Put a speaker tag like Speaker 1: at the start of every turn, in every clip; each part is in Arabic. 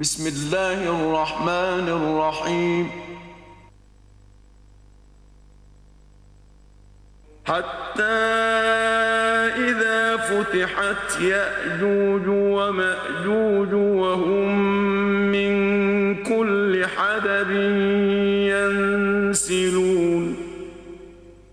Speaker 1: بسم الله الرحمن الرحيم حتى إذا فتحت يأجوج ومأجوج وهم من كل حدب ينسلون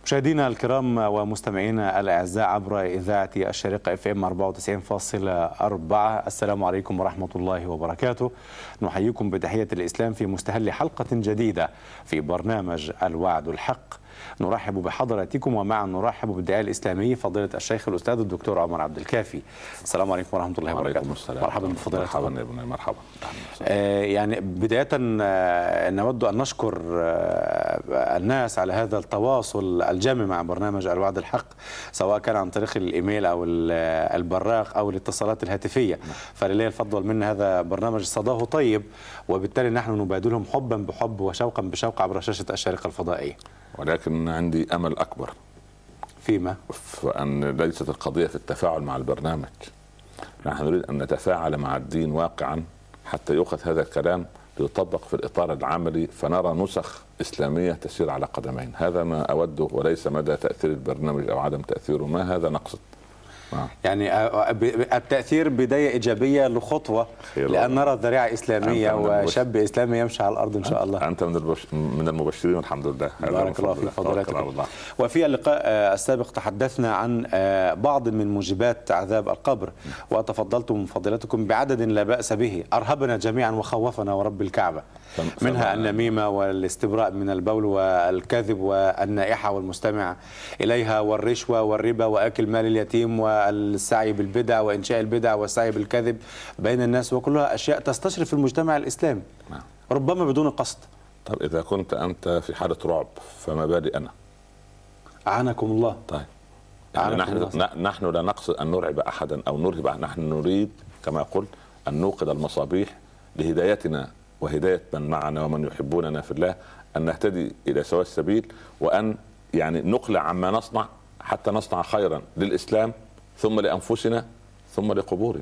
Speaker 2: مشاهدينا الكرام ومستمعينا الأعزاء عبر إذاعة الشارقة اف ام 94.4 السلام عليكم ورحمة الله وبركاته نحييكم بتحية الإسلام في مستهل حلقة جديدة في برنامج الوعد الحق نرحب بحضراتكم ومعا نرحب بالداعية الإسلامي فضيلة الشيخ الأستاذ الدكتور عمر عبد الكافي السلام عليكم ورحمة الله وبركاته
Speaker 3: وعليكم السلام
Speaker 2: مرحبا بفضيلتكم
Speaker 3: مرحبا يا ابني مرحبا
Speaker 2: آه، يعني بداية آه، نود أن نشكر آه، الناس على هذا التواصل الجميل مع برنامج الوعد الحق سواء كان عن طريق الإيميل أو ال- البراق أو الاتصالات الهاتفية
Speaker 3: نعم.
Speaker 2: فلله الفضل والمنة هذا برنامج صداه طيب وبالتالي نحن نبادلهم حبا بحب وشوقا بشوق عبر شاشة الشارقة الفضائية
Speaker 3: ولكن عندي امل اكبر
Speaker 2: فيما
Speaker 3: في ان ليست القضيه في التفاعل مع البرنامج نحن نريد ان نتفاعل مع الدين واقعا حتى يؤخذ هذا الكلام ليطبق في الاطار العملي فنرى نسخ اسلاميه تسير على قدمين هذا ما اوده وليس مدى تاثير البرنامج او عدم تاثيره ما هذا نقصد آه.
Speaker 2: يعني آه، ب- ب- التأثير بداية إيجابية لخطوة
Speaker 3: خير
Speaker 2: لأن نرى ذريعة إسلامية
Speaker 3: أنت من
Speaker 2: وشاب إسلامي يمشي على الأرض إن شاء الله
Speaker 3: انت من البش... من المبشرين الحمد لله هذا من
Speaker 2: بارك الله
Speaker 3: فضل
Speaker 2: في
Speaker 3: توكل على
Speaker 2: فضيلتكم
Speaker 3: الله.
Speaker 2: وفي اللقاء آه، السابق تحدثنا عن آه، بعض من موجبات عذاب القبر وتفضلتم فضيلتكم بعدد لا بأس به أرهبنا جميعا وخوفنا ورب الكعبة
Speaker 3: فم-
Speaker 2: منها
Speaker 3: فما-
Speaker 2: النميمة والاستبراء من البول والكذب والنائحة والمستمع إليها والرشوة والربا وأكل مال اليتيم والسعي بالبدع وإنشاء البدع والسعي بالكذب بين الناس وكلها أشياء تستشرف المجتمع الإسلامي
Speaker 3: نعم.
Speaker 2: ربما بدون قصد
Speaker 3: طب اذا كنت انت في حاله رعب فما بالي انا
Speaker 2: أعانكم الله
Speaker 3: طيب
Speaker 2: أعرف
Speaker 3: يعني نحن
Speaker 2: الناس.
Speaker 3: ن- نحن لا نقصد ان نرعب احدا او نرهب أحد. نحن نريد كما قلت ان نوقد المصابيح لهدايتنا وهدايه من معنا ومن يحبوننا في الله ان نهتدي الى سواء السبيل وان يعني نقلع عما نصنع حتى نصنع خيرا للاسلام ثم لانفسنا ثم لقبورنا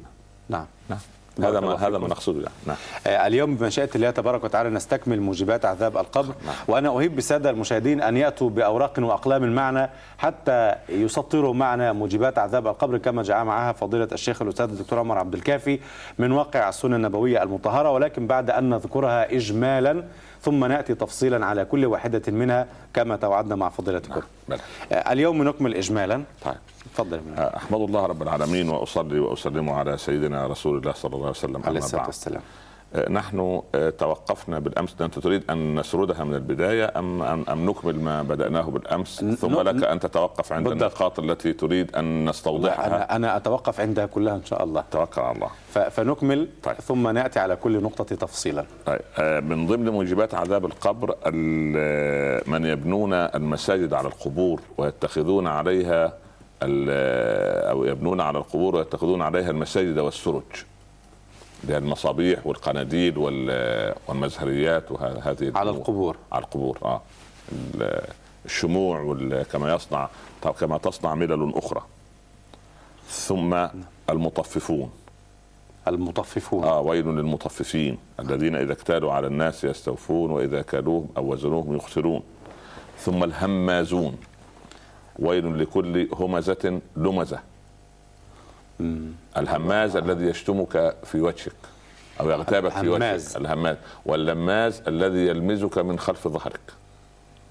Speaker 2: نعم
Speaker 3: نعم هذا
Speaker 2: بارك الله
Speaker 3: ما هذا ما نقصده يعني نعم
Speaker 2: آه، اليوم بمشيئة الله تبارك وتعالى نستكمل موجبات عذاب القبر
Speaker 3: نعم.
Speaker 2: وأنا أهيب بالسادة المشاهدين أن يأتوا بأوراق وأقلام معنا حتى يسطروا معنا موجبات عذاب القبر كما جاء معها فضيلة الشيخ الأستاذ الدكتور عمر عبد الكافي من واقع السنة النبوية المطهرة ولكن بعد أن نذكرها إجمالا ثم نأتي تفصيلا على كل واحدة منها كما توعدنا مع فضيلتكم
Speaker 3: بلى.
Speaker 2: آه، اليوم نكمل إجمالا
Speaker 3: طيب
Speaker 2: تفضل
Speaker 3: احمد الله رب العالمين واصلي واسلم على سيدنا رسول الله صلى الله عليه وسلم
Speaker 2: عليه
Speaker 3: أما
Speaker 2: الصلاة
Speaker 3: بعد.
Speaker 2: والسلام
Speaker 3: آه، نحن آه، توقفنا بالامس انت تريد ان نسردها من البدايه ام ام, أم نكمل ما بداناه بالامس
Speaker 2: ن-
Speaker 3: ثم
Speaker 2: ن-
Speaker 3: لك ان تتوقف عند
Speaker 2: بالضبط.
Speaker 3: النقاط التي تريد ان
Speaker 2: لا،
Speaker 3: نستوضحها
Speaker 2: أنا أنا أتوقف عندها كلها إن شاء الله
Speaker 3: توكل على الله
Speaker 2: ف- فنكمل
Speaker 3: طيب.
Speaker 2: ثم ناتي على كل نقطه تفصيلا
Speaker 3: طيب آه، من ضمن موجبات عذاب القبر ال- من يبنون المساجد على القبور ويتخذون عليها ال- او يبنون على القبور ويتخذون عليها المساجد والسرج اللي هي المصابيح والقناديل وال- والمزهريات وهذه
Speaker 2: على القبور.
Speaker 3: على القبور اه ال- الشموع وال- كما يصنع كما تصنع ملل اخرى ثم
Speaker 2: نعم.
Speaker 3: المطففون
Speaker 2: المطففون
Speaker 3: آه ويل للمطففين الذين إذا اكتالوا على الناس يستوفون وإذا كالوهم أو وزنوهم يخسرون ثم الهمازون ويل لكل همزة لمزة الهماز الذي يشتمك في وجهك أو يغتابك في
Speaker 2: الهماز.
Speaker 3: وجهك الهماز واللماز الذي يلمزك من خلف ظهرك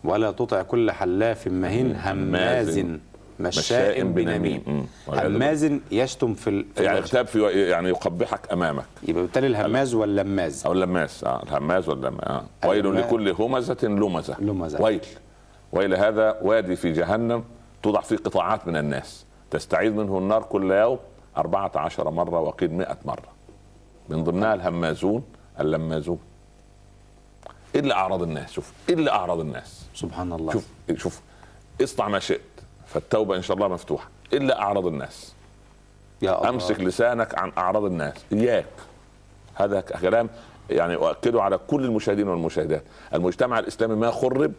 Speaker 2: ولا تطع كل حلاف مهين هماز
Speaker 3: هماز
Speaker 2: مشاء بنميم
Speaker 3: هماز
Speaker 2: هماز يشتم في ال- في
Speaker 3: يعني
Speaker 2: الوجه.
Speaker 3: اغتاب في يعني يقبحك امامك
Speaker 2: يبقى بالتالي الهماز واللماز
Speaker 3: او اللماس اه الهماز واللماس آه. ويل
Speaker 2: اللماس.
Speaker 3: لكل همزه لمزه
Speaker 2: لمزة.
Speaker 3: ويل ويل هذا وادي في جهنم توضع فيه قطاعات من الناس تستعيد منه النار كل يوم 14 مره وقيل 100 مره من ضمنها الهمازون اللمازون ايه اللي اعرض الناس شوف ايه اللي اعرض الناس
Speaker 2: سبحان الله
Speaker 3: شوف شوف اصنع ما شئت فالتوبه ان شاء الله مفتوحه إيه اللي اعرض الناس
Speaker 2: يا الله
Speaker 3: امسك لسانك عن اعراض الناس اياك هذا كلام يعني اؤكده على كل المشاهدين والمشاهدات المجتمع الاسلامي ما خرب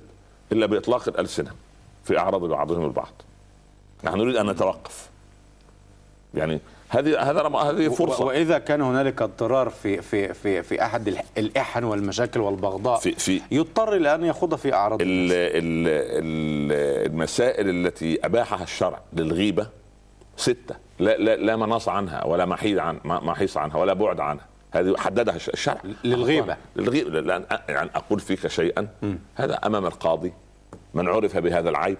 Speaker 3: الا باطلاق الالسنه في اعراض بعضهم البعض نحن نريد ان نتوقف يعني هذه هذا رم- هذه
Speaker 2: و-
Speaker 3: فرصه
Speaker 2: واذا كان هنالك اضطرار في في في في احد ال- الاحن والمشاكل والبغضاء
Speaker 3: في في
Speaker 2: يضطر الى ان يخوض في اعراض
Speaker 3: ال- ال- ال- المسائل التي اباحها الشرع للغيبه سته لا لا لا مناص عنها ولا محيد عن ما- محيص عنها ولا بعد عنها هذه حددها الش- الشرع
Speaker 2: للغيبة.
Speaker 3: للغيبه لان يعني اقول فيك شيئا هذا امام القاضي من عرف بهذا العيب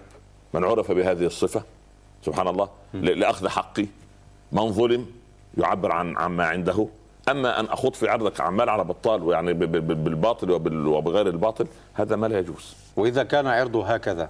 Speaker 3: من عرف بهذه الصفه سبحان الله ل- لاخذ حقي من ظلم يعبر عن عما عنده اما ان اخوض في عرضك عمال على بطال ويعني ب- ب- ب- بالباطل وبال- وبغير الباطل هذا ما لا يجوز
Speaker 2: واذا كان عرضه هكذا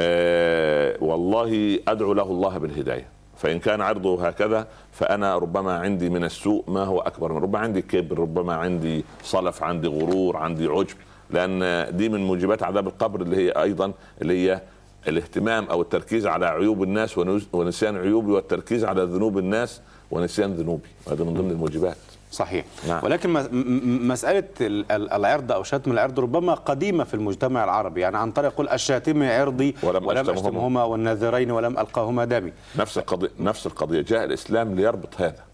Speaker 3: آه والله ادعو له الله بالهدايه فان كان عرضه هكذا فانا ربما عندي من السوء ما هو اكبر من ربما عندي كبر ربما عندي صلف عندي غرور عندي عجب لان دي من موجبات عذاب القبر اللي هي ايضا اللي هي الاهتمام او التركيز على عيوب الناس ونس- ونسيان عيوبي والتركيز على ذنوب الناس ونسيان ذنوبي هذا من ضمن الموجبات
Speaker 2: صحيح
Speaker 3: نعم.
Speaker 2: ولكن مس- م- م- مساله ال- ال- العرض او شتم العرض ربما قديمه في المجتمع العربي يعني عن طريق يقول الشاتم عرضي
Speaker 3: ولم
Speaker 2: ولم
Speaker 3: أشتمهما.
Speaker 2: اشتمهما والناذرين ولم القاهما دمي
Speaker 3: نفس القضيه نفس القضيه جاء الاسلام ليربط هذا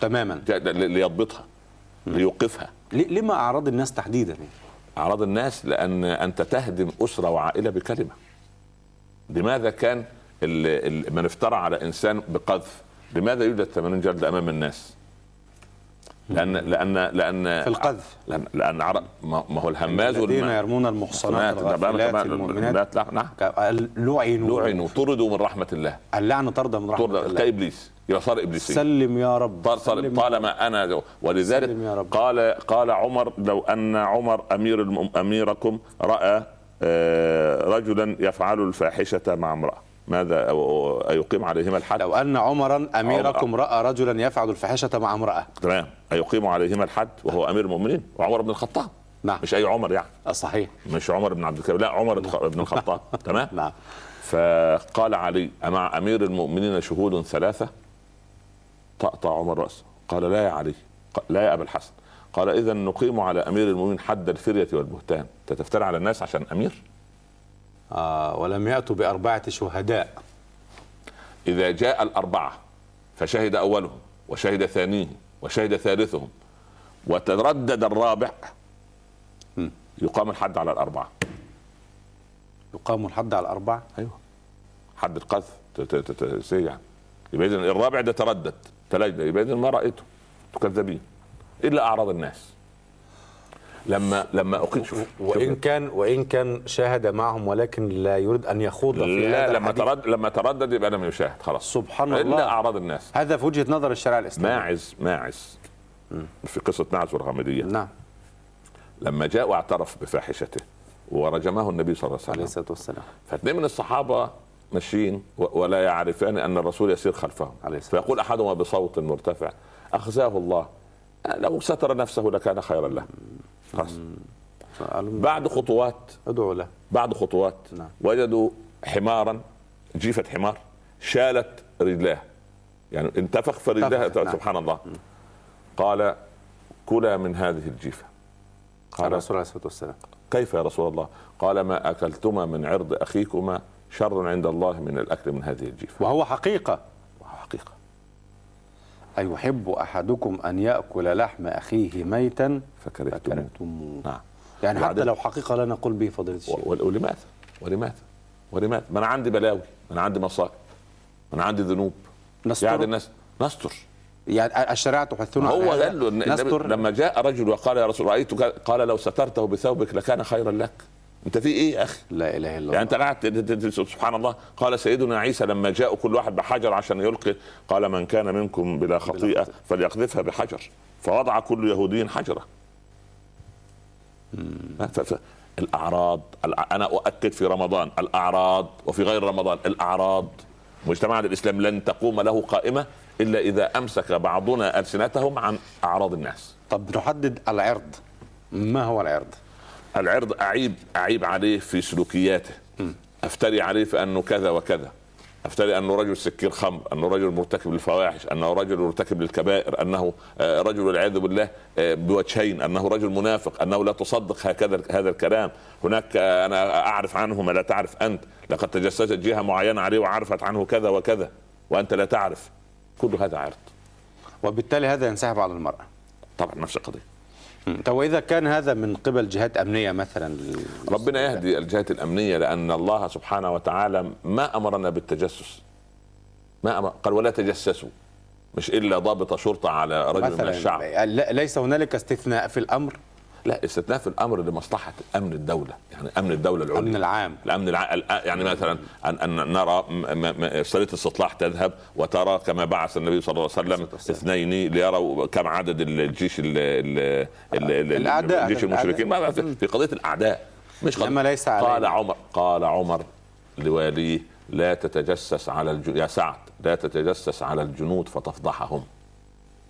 Speaker 2: تماما
Speaker 3: جاء لي- ليضبطها ليوقفها
Speaker 2: ليه- ليه ما اعراض الناس تحديدا يعني؟
Speaker 3: اعراض الناس لان انت تهدم اسره وعائله بكلمه لماذا كان ال- ال- من افترى على انسان بقذف لماذا يوجد 80 جلد امام الناس لان لان لان
Speaker 2: في القذف
Speaker 3: لان, لأن عرق ما ما هو الهماز
Speaker 2: الذين
Speaker 3: والماء
Speaker 2: يرمون المحصنات الغافلات المؤمنات
Speaker 3: نعم
Speaker 2: ك- لعنوا
Speaker 3: لعنوا طردوا من رحمه الله
Speaker 2: اللعن طرد من رحمه
Speaker 3: طردوا
Speaker 2: الله
Speaker 3: كابليس يصار ابليسي
Speaker 2: سلم يا رب
Speaker 3: طال-
Speaker 2: سلم يا
Speaker 3: طال- طالما انا ولذلك
Speaker 2: سلم يا رب.
Speaker 3: قال قال عمر لو ان عمر امير الم- اميركم راى آه، رجلا يفعل الفاحشه مع امراه ماذا أو- أو- ايقيم عليهما الحد
Speaker 2: لو أن عمرا أميركم رأى رجلا يفعل الفاحشة مع امرأة
Speaker 3: تمام ايقيم عليهما الحد وهو امير المؤمنين وعمر بن الخطاب
Speaker 2: نعم
Speaker 3: مش اي عمر يعني
Speaker 2: صحيح
Speaker 3: مش عمر بن عبد الكريم لا عمر الخ- بن الخطاب تمام
Speaker 2: نعم
Speaker 3: فقال علي أمع أمير المؤمنين شهود ثلاثة طأطأ عمر رأسه قال لا يا علي قال لا يا أبا الحسن قال إذا نقيم على أمير المؤمنين حد الفرية والبهتان أنت تفتري على الناس عشان أمير
Speaker 2: آه ولم يأتوا بأربعة شهداء
Speaker 3: إذا جاء الأربعة فشهد أولهم وشهد ثانيهم وشهد ثالثهم وتردد الرابع
Speaker 2: م.
Speaker 3: يقام الحد على الأربعة
Speaker 2: يقام الحد على الأربعة
Speaker 3: أيوه حد القذف ت- ت- ت- ت- سي يعني يبقى إذن الرابع ده تردد تلجأ يبقى إذن ما رأيته تكذبين إلا أعراض الناس لما لما أقيم شوف
Speaker 2: وإن
Speaker 3: شوف.
Speaker 2: كان وإن كان شاهد معهم ولكن لا يريد أن يخوض في
Speaker 3: لا
Speaker 2: هذا
Speaker 3: لما
Speaker 2: الحديث.
Speaker 3: ترد لما تردد يبقى أنا مشاهد خلاص
Speaker 2: سبحان
Speaker 3: إلا
Speaker 2: الله
Speaker 3: أعراض الناس
Speaker 2: هذا في وجهة نظر الشارع الإسلامي
Speaker 3: ماعز ماعز في قصة نعز والغامدية
Speaker 2: نعم
Speaker 3: لما جاء واعترف بفاحشته ورجمه النبي صلى الله عليه
Speaker 2: عليه
Speaker 3: وسلم
Speaker 2: الصلاة والسلام
Speaker 3: فاثنين من الصحابه ماشيين و- ولا يعرفان ان الرسول يسير خلفهم
Speaker 2: عليه الصلاة
Speaker 3: فيقول احدهما بصوت مرتفع اخزاه الله "أه، لو ستر نفسه لكان خيرا له خلاص.
Speaker 2: قالوا
Speaker 3: بعد خطوات
Speaker 2: ادعوا له
Speaker 3: بعد خطوات
Speaker 2: نعم.
Speaker 3: وجدوا حمارا جيفه حمار شالت رجلاه يعني انتفخ في رجلها
Speaker 2: انتفخت، نعم.
Speaker 3: سبحان الله قال كلا من هذه الجيفه قال
Speaker 2: الرسول عليه الصلاة والسلام
Speaker 3: كيف يا رسول الله؟ قال ما اكلتما من عرض اخيكما شر عند الله من الاكل من هذه الجيفه،
Speaker 2: وهو حقيقة
Speaker 3: حقيقه.
Speaker 2: أيحب أحدكم أن يأكل لحم أخيه ميتا
Speaker 3: فكرهتموه.
Speaker 2: فكرهتموه
Speaker 3: نعم.
Speaker 2: يعني حتى
Speaker 3: وبعدين-
Speaker 2: لو حقيقة لا نقول به فضيلة الشيخ
Speaker 3: و- و- ولماذا؟ ولماذا؟ ولماذا؟ ما انا عندي بلاوي، ما انا عندي مصائب، ما انا عندي ذنوب.
Speaker 2: نستر
Speaker 3: يعني الناس نستر
Speaker 2: يعني الشريعة تحثنا على
Speaker 3: هو
Speaker 2: هذا.
Speaker 3: قال له إن-
Speaker 2: يعني نستر
Speaker 3: لما جاء رجل وقال يا رسول رايتك قال لو سترته بثوبك لكان خيرا لك انت في ايه يا اخي
Speaker 2: لا اله الا
Speaker 3: يعني
Speaker 2: الله
Speaker 3: انت قاعد ت- ت- ت- سبحان الله قال سيدنا عيسى لما جاءوا كل واحد بحجر عشان يلقي قال من كان منكم بلا خطيئه فليقذفها بحجر فوضع كل يهودي حجره ف- ف- الاعراض الأع- انا اؤكد في رمضان الاعراض وفي غير رمضان الاعراض مجتمعنا الاسلام لن تقوم له قائمه الا اذا امسك بعضنا السنتهم عن اعراض الناس
Speaker 2: طب نحدد العرض ما هو العرض
Speaker 3: العرض اعيب اعيب عليه في سلوكياته افتري عليه في انه كذا وكذا افتري انه رجل سكير خمر انه رجل مرتكب للفواحش انه رجل مرتكب للكبائر انه آه، رجل والعياذ بالله آه، بوجهين انه رجل منافق انه لا تصدق هكذا هذا الكلام هناك آه، انا اعرف عنه ما لا تعرف انت لقد تجسست جهه معينه عليه وعرفت عنه كذا وكذا وانت لا تعرف كل هذا عرض
Speaker 2: وبالتالي هذا ينسحب على المرأة
Speaker 3: طبعا نفس القضيه
Speaker 2: مم. طب وإذا كان هذا من قبل جهات أمنية مثلا لل-
Speaker 3: ربنا يهدي الجهات الامنيه لان الله سبحانه وتعالى ما امرنا بالتجسس ما أمر قال ولا تجسسوا مش الا ضابط شرطه على رجل من الشعب
Speaker 2: مثلا لا- ليس هنالك استثناء في الأمر
Speaker 3: لا استثناء في الامر لمصلحه امن الدوله يعني امن الدوله العليا
Speaker 2: الأمن العام
Speaker 3: الامن الع... الع- يعني مثلا ان, أن نرى م- م- م- سفينه السطلاح تذهب وترى كما بعث النبي صلى الله عليه وسلم اثنين ليروا كم عدد الجيش ال... ال... ال... ال...
Speaker 2: آه، الأعداء.
Speaker 3: جيش المشركين ما- ما في في قضيه الاعداء مش قضيه
Speaker 2: إنما ليس
Speaker 3: قال
Speaker 2: علينا.
Speaker 3: عمر قال عمر لواليه لا تتجسس على الجنود يا سعد لا تتجسس على الجنود فتفضحهم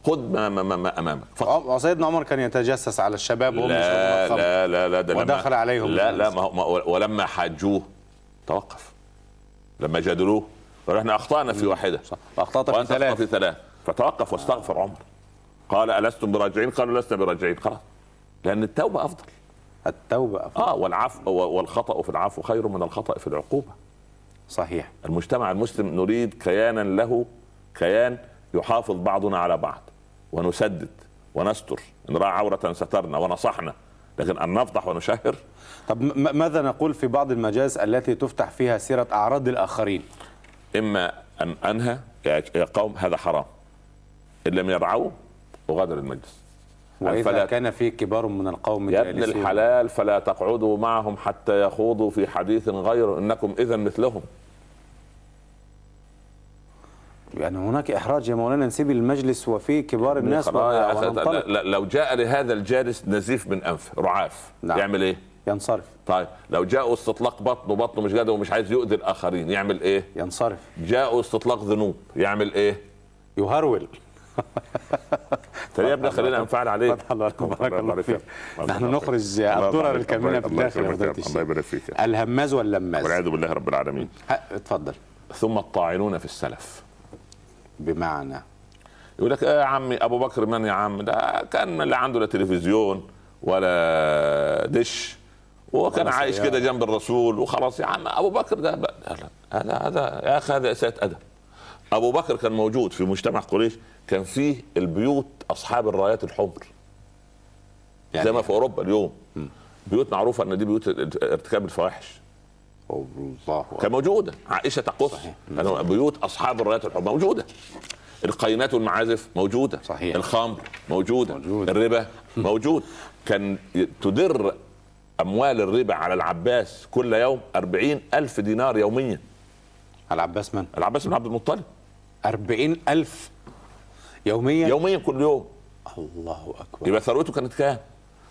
Speaker 3: خذ ما, ما, ما, ما امامك فقط
Speaker 2: عم- سيدنا عمر كان يتجسس على الشباب وهم يشربون
Speaker 3: لا
Speaker 2: الخمر.
Speaker 3: لا لا لا ده لما-
Speaker 2: ودخل عليهم
Speaker 3: لا لا ما هو ما هو- ولما حاجوه توقف لما جادلوه قالوا احنا اخطانا في واحده
Speaker 2: صح. وأخطأت في
Speaker 3: وانت
Speaker 2: ثلاث.
Speaker 3: أخطأت في ثلاث فتوقف واستغفر عمر قال الستم براجعين قالوا لسنا براجعين خلاص لان التوبه افضل
Speaker 2: التوبة أفضل.
Speaker 3: اه والعفو والخطا في العفو خير من الخطا في العقوبه
Speaker 2: صحيح
Speaker 3: المجتمع المسلم نريد كيانا له كيان يحافظ بعضنا على بعض ونسدد ونستر ان راى عوره سترنا ونصحنا لكن ان نفضح ونشهر
Speaker 2: طب م- ماذا نقول في بعض المجالس التي تفتح فيها سيرة أعراض الآخرين
Speaker 3: اما ان انهى يا يا قوم هذا حرام ان لم يرعوه اغادر المجلس
Speaker 2: وإذا
Speaker 3: الفلا-
Speaker 2: كان في كبار من القوم
Speaker 3: يا ابن
Speaker 2: جالسون.
Speaker 3: الحلال فلا تقعدوا معهم حتى يخوضوا في حديث غيره انكم اذا مثلهم
Speaker 2: يعني هناك إحراج يا مولانا نسيب المجلس وفي كبار الناس
Speaker 3: خلاص يا
Speaker 2: وه-
Speaker 3: أسد،
Speaker 2: وننطلق.
Speaker 3: لا- لو جاء لهذا الجالس نزيف من انفه رعاف
Speaker 2: نعم.
Speaker 3: يعمل ايه؟
Speaker 2: ينصرف
Speaker 3: طيب لو جاءوا استطلاق بطنه بطنه مش قادر ومش عايز يؤذي الاخرين يعمل ايه؟
Speaker 2: ينصرف
Speaker 3: جاءوا استطلاق ذنوب يعمل ايه؟
Speaker 2: يهرول
Speaker 3: ترى يا ابني خلينا انفعل عليك
Speaker 2: فتح الله لكم بارك الله
Speaker 3: يبارك
Speaker 2: فيك
Speaker 3: الله
Speaker 2: نحن
Speaker 3: يبارك
Speaker 2: نخرج
Speaker 3: الله يبارك
Speaker 2: الدرر
Speaker 3: فيك.
Speaker 2: الكامنه في
Speaker 3: الله
Speaker 2: الداخل يا
Speaker 3: يكرمك يا
Speaker 2: فضيلة
Speaker 3: رب.
Speaker 2: الشيخ.
Speaker 3: الله يبارك فيك يا رب.
Speaker 2: الهماز واللماز
Speaker 3: والعياذ بالله رب العالمين
Speaker 2: ها، اتفضل
Speaker 3: ثم الطاعنون في السلف
Speaker 2: بمعنى
Speaker 3: يقول لك ايه يا عمي ابو بكر من يا عم ده كان اللي عنده لا تلفزيون ولا دش وكان
Speaker 2: ولا
Speaker 3: عايش
Speaker 2: سيارة.
Speaker 3: كده جنب الرسول وخلاص يا عم ابو بكر ده بقى- هذا هذا يا اخي هذا اساءه ادب ابو بكر كان موجود في مجتمع قريش كان فيه البيوت اصحاب الرايات الحمر
Speaker 2: يعني
Speaker 3: زي ما في اوروبا اليوم بيوت معروفه ان دي بيوت ارتكاب الفواحش
Speaker 2: الله أكبر.
Speaker 3: كان موجوده عائشه تقص كانوا بيوت اصحاب الرايات الحمر موجوده القينات والمعازف موجوده
Speaker 2: صحيح.
Speaker 3: الخمر موجوده
Speaker 2: موجودة.
Speaker 3: الربا موجود كان تدر اموال الربا على العباس كل يوم أربعين ألف دينار يوميا
Speaker 2: العباس من
Speaker 3: العباس بن عبد المطلب
Speaker 2: أربعين ألف يوميا
Speaker 3: يوميا كل يوم
Speaker 2: الله أكبر
Speaker 3: يبقى ثروته كانت كام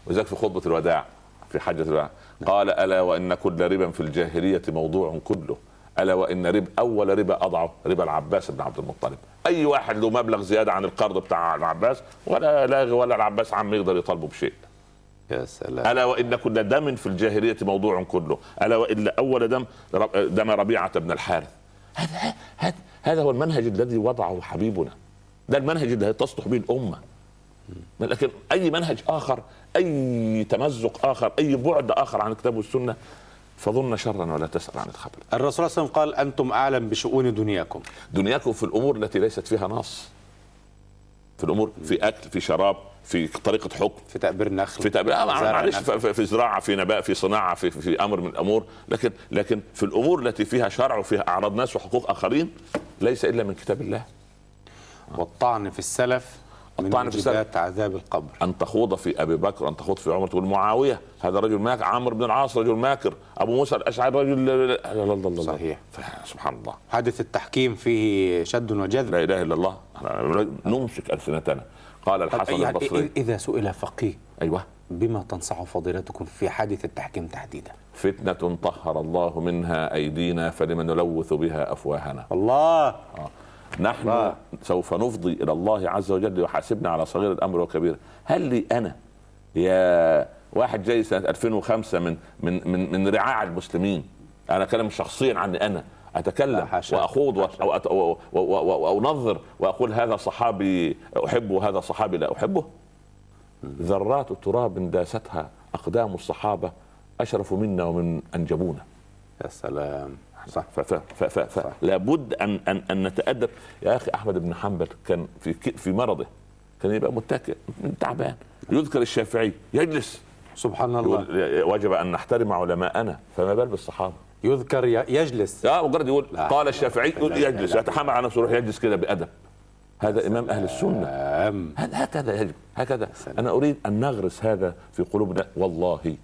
Speaker 3: وذلك في خطبه الوداع في حجه الوداع قال الا وان كل ربا في الجاهليه موضوع كله الا وان رب اول ربا اضعه ربا العباس بن عبد المطلب اي واحد له مبلغ زياده عن القرض بتاع العباس ولا لاغي ولا العباس عم يقدر يطالبه بشيء
Speaker 2: يا سلام
Speaker 3: الا وان كل دم في الجاهليه موضوع كله الا وان اول دم دم ربيعه بن الحارث هذا هذا هذا هو المنهج الذي وضعه حبيبنا ده المنهج الذي تصلح به الامه لكن اي منهج اخر اي تمزق اخر اي بعد اخر عن الكتاب والسنه فظن شرا ولا تسال عن الخبر
Speaker 2: الرسول صلى الله عليه وسلم قال أنتم أعلم بشؤون دنياكم
Speaker 3: دنياكم في الامور التي ليست فيها نص في الامور في اكل في شراب في طريقه حكم
Speaker 2: في تأبير النخل
Speaker 3: في تأبيع آه،
Speaker 2: زرع
Speaker 3: معلش
Speaker 2: نخل.
Speaker 3: في, في- في زراعه في نباء في صناعه في, في امر من الامور لكن لكن في الامور التي فيها شرع وفيها اعراض ناس وحقوق اخرين ليس الا من كتاب الله
Speaker 2: والطعن في السلف من
Speaker 3: الطعن في السلف
Speaker 2: وجبات عذاب القبر
Speaker 3: ان تخوض في ابي بكر ان تخوض في عمر تقول معاويه هذا رجل ماكر عمرو بن العاص رجل ماكر ابو موسى الاشعري رجل لا لا لا لا لا
Speaker 2: صحيح.
Speaker 3: سبحان الله
Speaker 2: حدث التحكيم فيه شد وجذب
Speaker 3: لا اله الا الله إحنا نمسك السنتنا قال
Speaker 2: طب
Speaker 3: الحسن
Speaker 2: يعني
Speaker 3: البصري
Speaker 2: إذا سئل فقيه
Speaker 3: ايوه
Speaker 2: بما تنصح فضيلتكم في حادث التحكيم تحديدا
Speaker 3: فتنة طهر الله منها أيدينا فلم نلوث بها أفواهنا
Speaker 2: الله
Speaker 3: نحن
Speaker 2: الله.
Speaker 3: سوف نفضي إلى الله عز وجل يحاسبنا على صغير الأمر وكبيره هل لي أنا يا واحد جاي سنة 2005 من من من, من رعاع المسلمين أنا أتكلم شخصيا عني أنا
Speaker 2: لا
Speaker 3: أتكلم
Speaker 2: حاشا.
Speaker 3: وأخوض وأت- أو أت- أو- أو- أو- أو- وأنظر وأقول هذا صحابي أحبه وهذا صحابي لا أحبه ذرات تراب داستها أقدام الصحابة أشرف منا ومن أنجبونا
Speaker 2: يا سلام صح
Speaker 3: ف ف ف ف ف
Speaker 2: صح.
Speaker 3: لابد ان ان ان نتادب يا اخي احمد بن حنبل كان في ك- في مرضه كان يبقى متكئ تعبان يذكر الشافعي يجلس
Speaker 2: سبحان الله
Speaker 3: يقول ي- وجب ان نحترم علماءنا فما بال بالصحابه
Speaker 2: يذكر ي- يجلس
Speaker 3: لا مجرد يقول
Speaker 2: لا.
Speaker 3: قال الشافعي
Speaker 2: لا.
Speaker 3: يقول يجلس يتحمل على نفسه يروح يجلس كده بادب هذا امام اهل السنه
Speaker 2: أم.
Speaker 3: هذا- هكذا يجب هكذا
Speaker 2: سلام.
Speaker 3: انا اريد ان نغرس هذا في قلوبنا والله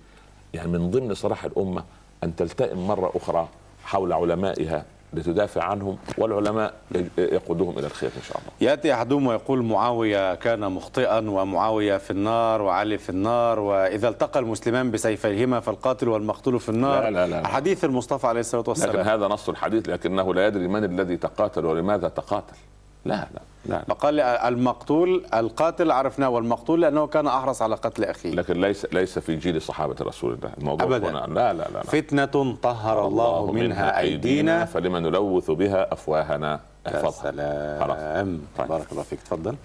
Speaker 3: يعني من ضمن صلاح الامه ان تلتئم مره اخرى حول علمائها لتدافع عنهم والعلماء يج- يقودهم الى الخير ان شاء الله
Speaker 2: ياتي احدهم ويقول معاويه كان مخطئا ومعاويه في النار وعلي في النار واذا التقى المسلمان بسيفيهما فالقاتل والمقتول في النار
Speaker 3: لا، لا، لا.
Speaker 2: حديث المصطفى عليه الصلاه
Speaker 3: لكن
Speaker 2: والسلام
Speaker 3: هذا نص الحديث لكنه لا يدري من الذي تقاتل ولماذا تقاتل لا لا لا
Speaker 2: فقال المقتول القاتل عرفناه والمقتول لانه كان احرص على قتل اخيه
Speaker 3: لكن ليس ليس في جيل صحابه رسول الله الموضوع
Speaker 2: أبداً.
Speaker 3: هنا لا لا لا, لا.
Speaker 2: فتنه طهر الله منها ايدينا
Speaker 3: فلم نلوث بها افواهنا
Speaker 2: يا
Speaker 3: احفظها خلاص.
Speaker 2: سلام
Speaker 3: طيب.
Speaker 2: بارك الله فيك تفضل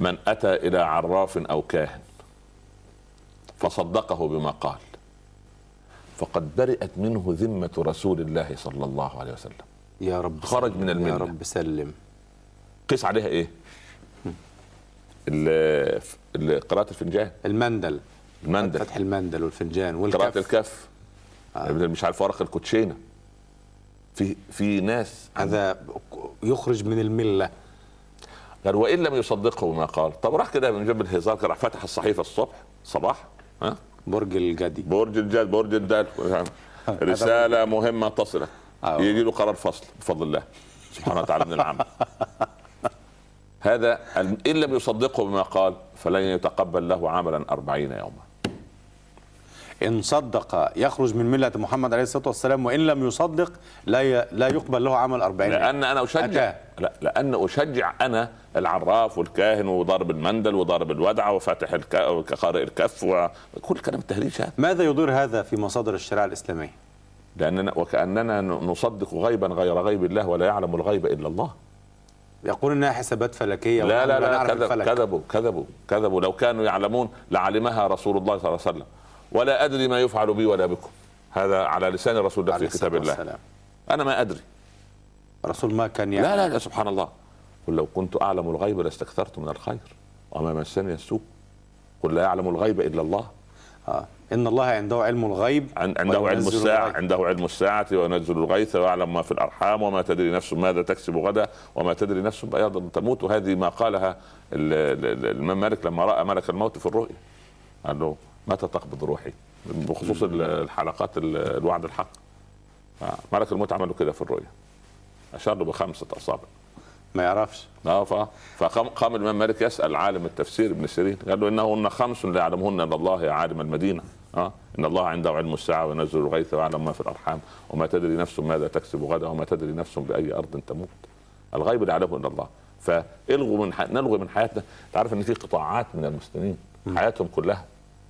Speaker 3: من أتى إلى عراف أو كاهن فصدقه بما قال فقد برئت منه ذمة رسول الله صلى الله عليه وسلم
Speaker 2: يا رب
Speaker 3: خرج
Speaker 2: سلم.
Speaker 3: من
Speaker 2: يا
Speaker 3: الملة.
Speaker 2: رب سلم
Speaker 3: قيس عليها إيه ال- ال- قراءة الفنجان
Speaker 2: المندل
Speaker 3: المندل
Speaker 2: فتح المندل والفنجان
Speaker 3: قراءة
Speaker 2: والكف
Speaker 3: الكف
Speaker 2: آه.
Speaker 3: مش عارف ورق الكوتشينة في في ناس
Speaker 2: هذا يخرج من المله
Speaker 3: قال وان لم يصدقه ما قال طب راح كده من جنب الهزار كده راح فتح الصحيفه الصبح صباح ها
Speaker 2: برج الجدي
Speaker 3: برج الجد برج الدال رساله مهمه تصلك
Speaker 2: أيوة.
Speaker 3: يجي له قرار فصل بفضل الله سبحانه وتعالى من العمل هذا ان لم يصدقه بما قال فلن يتقبل له عملا أربعين يوما
Speaker 2: ان صدق يخرج من مله محمد عليه الصلاه والسلام وان لم يصدق لا ي... لا يقبل له عمل 40 عام.
Speaker 3: لان انا اشجع
Speaker 2: أتى.
Speaker 3: لا لان اشجع انا العراف والكاهن وضارب المندل وضارب الودعه وفاتح الك... قارئ الكف وكل كلام التهريج هذا
Speaker 2: ماذا يضير هذا في مصادر الشريعه الاسلاميه
Speaker 3: لاننا وكاننا نصدق غيبا غير غيب الله ولا يعلم الغيب الا الله
Speaker 2: يقول انها حسابات فلكيه
Speaker 3: لا
Speaker 2: ونحن
Speaker 3: لا لا
Speaker 2: نعرف
Speaker 3: كذب
Speaker 2: الفلك.
Speaker 3: كذبوا كذبوا كذبوا لو كانوا يعلمون لعلمها رسول الله صلى الله عليه وسلم ولا ادري ما يفعل بي ولا بكم هذا على لسان رسول الله
Speaker 2: عليه
Speaker 3: في
Speaker 2: الصلاة
Speaker 3: كتاب الله
Speaker 2: والسلام.
Speaker 3: انا ما ادري
Speaker 2: رسول ما كان يعني
Speaker 3: لا لا لا سبحان الله قل لو كنت اعلم الغيب لاستكثرت من الخير وما مسني السوء قل لا يعلم الغيب الا الله
Speaker 2: آه. ان الله عنده علم الغيب
Speaker 3: عن- عنده علم
Speaker 2: وينزل
Speaker 3: الساعة
Speaker 2: الغيب.
Speaker 3: عنده علم الساعة وينزل الغيث ويعلم ما في الأرحام وما تدري نفس ماذا تكسب غدا وما تدري نفس أيضا تموت وهذه ما قالها ال- ال- ال- الإمام مالك لما رأى ملك الموت في الرؤيا قال له متى تقبض روحي بخصوص ال- الحلقات ال- الوعد الحق آه، ملك الموت عمله كده في الرؤيا أشار له بخمسة أصابع
Speaker 2: ما يعرفش
Speaker 3: آه، ف- فقام قام الامام مالك يسال عالم التفسير ابن سيرين قال له انهن خمس لا يعلمهن الا الله يا عالم المدينه اه ان الله عنده علم الساعه وينزل الغيث ويعلم ما في الارحام وما تدري نفس ماذا تكسب غدا وما تدري نفس باي ارض تموت الغيب لا يعلمه الا الله فالغوا من ح... نلغي من حياتنا تعرف ان في قطاعات من المسلمين حياتهم كلها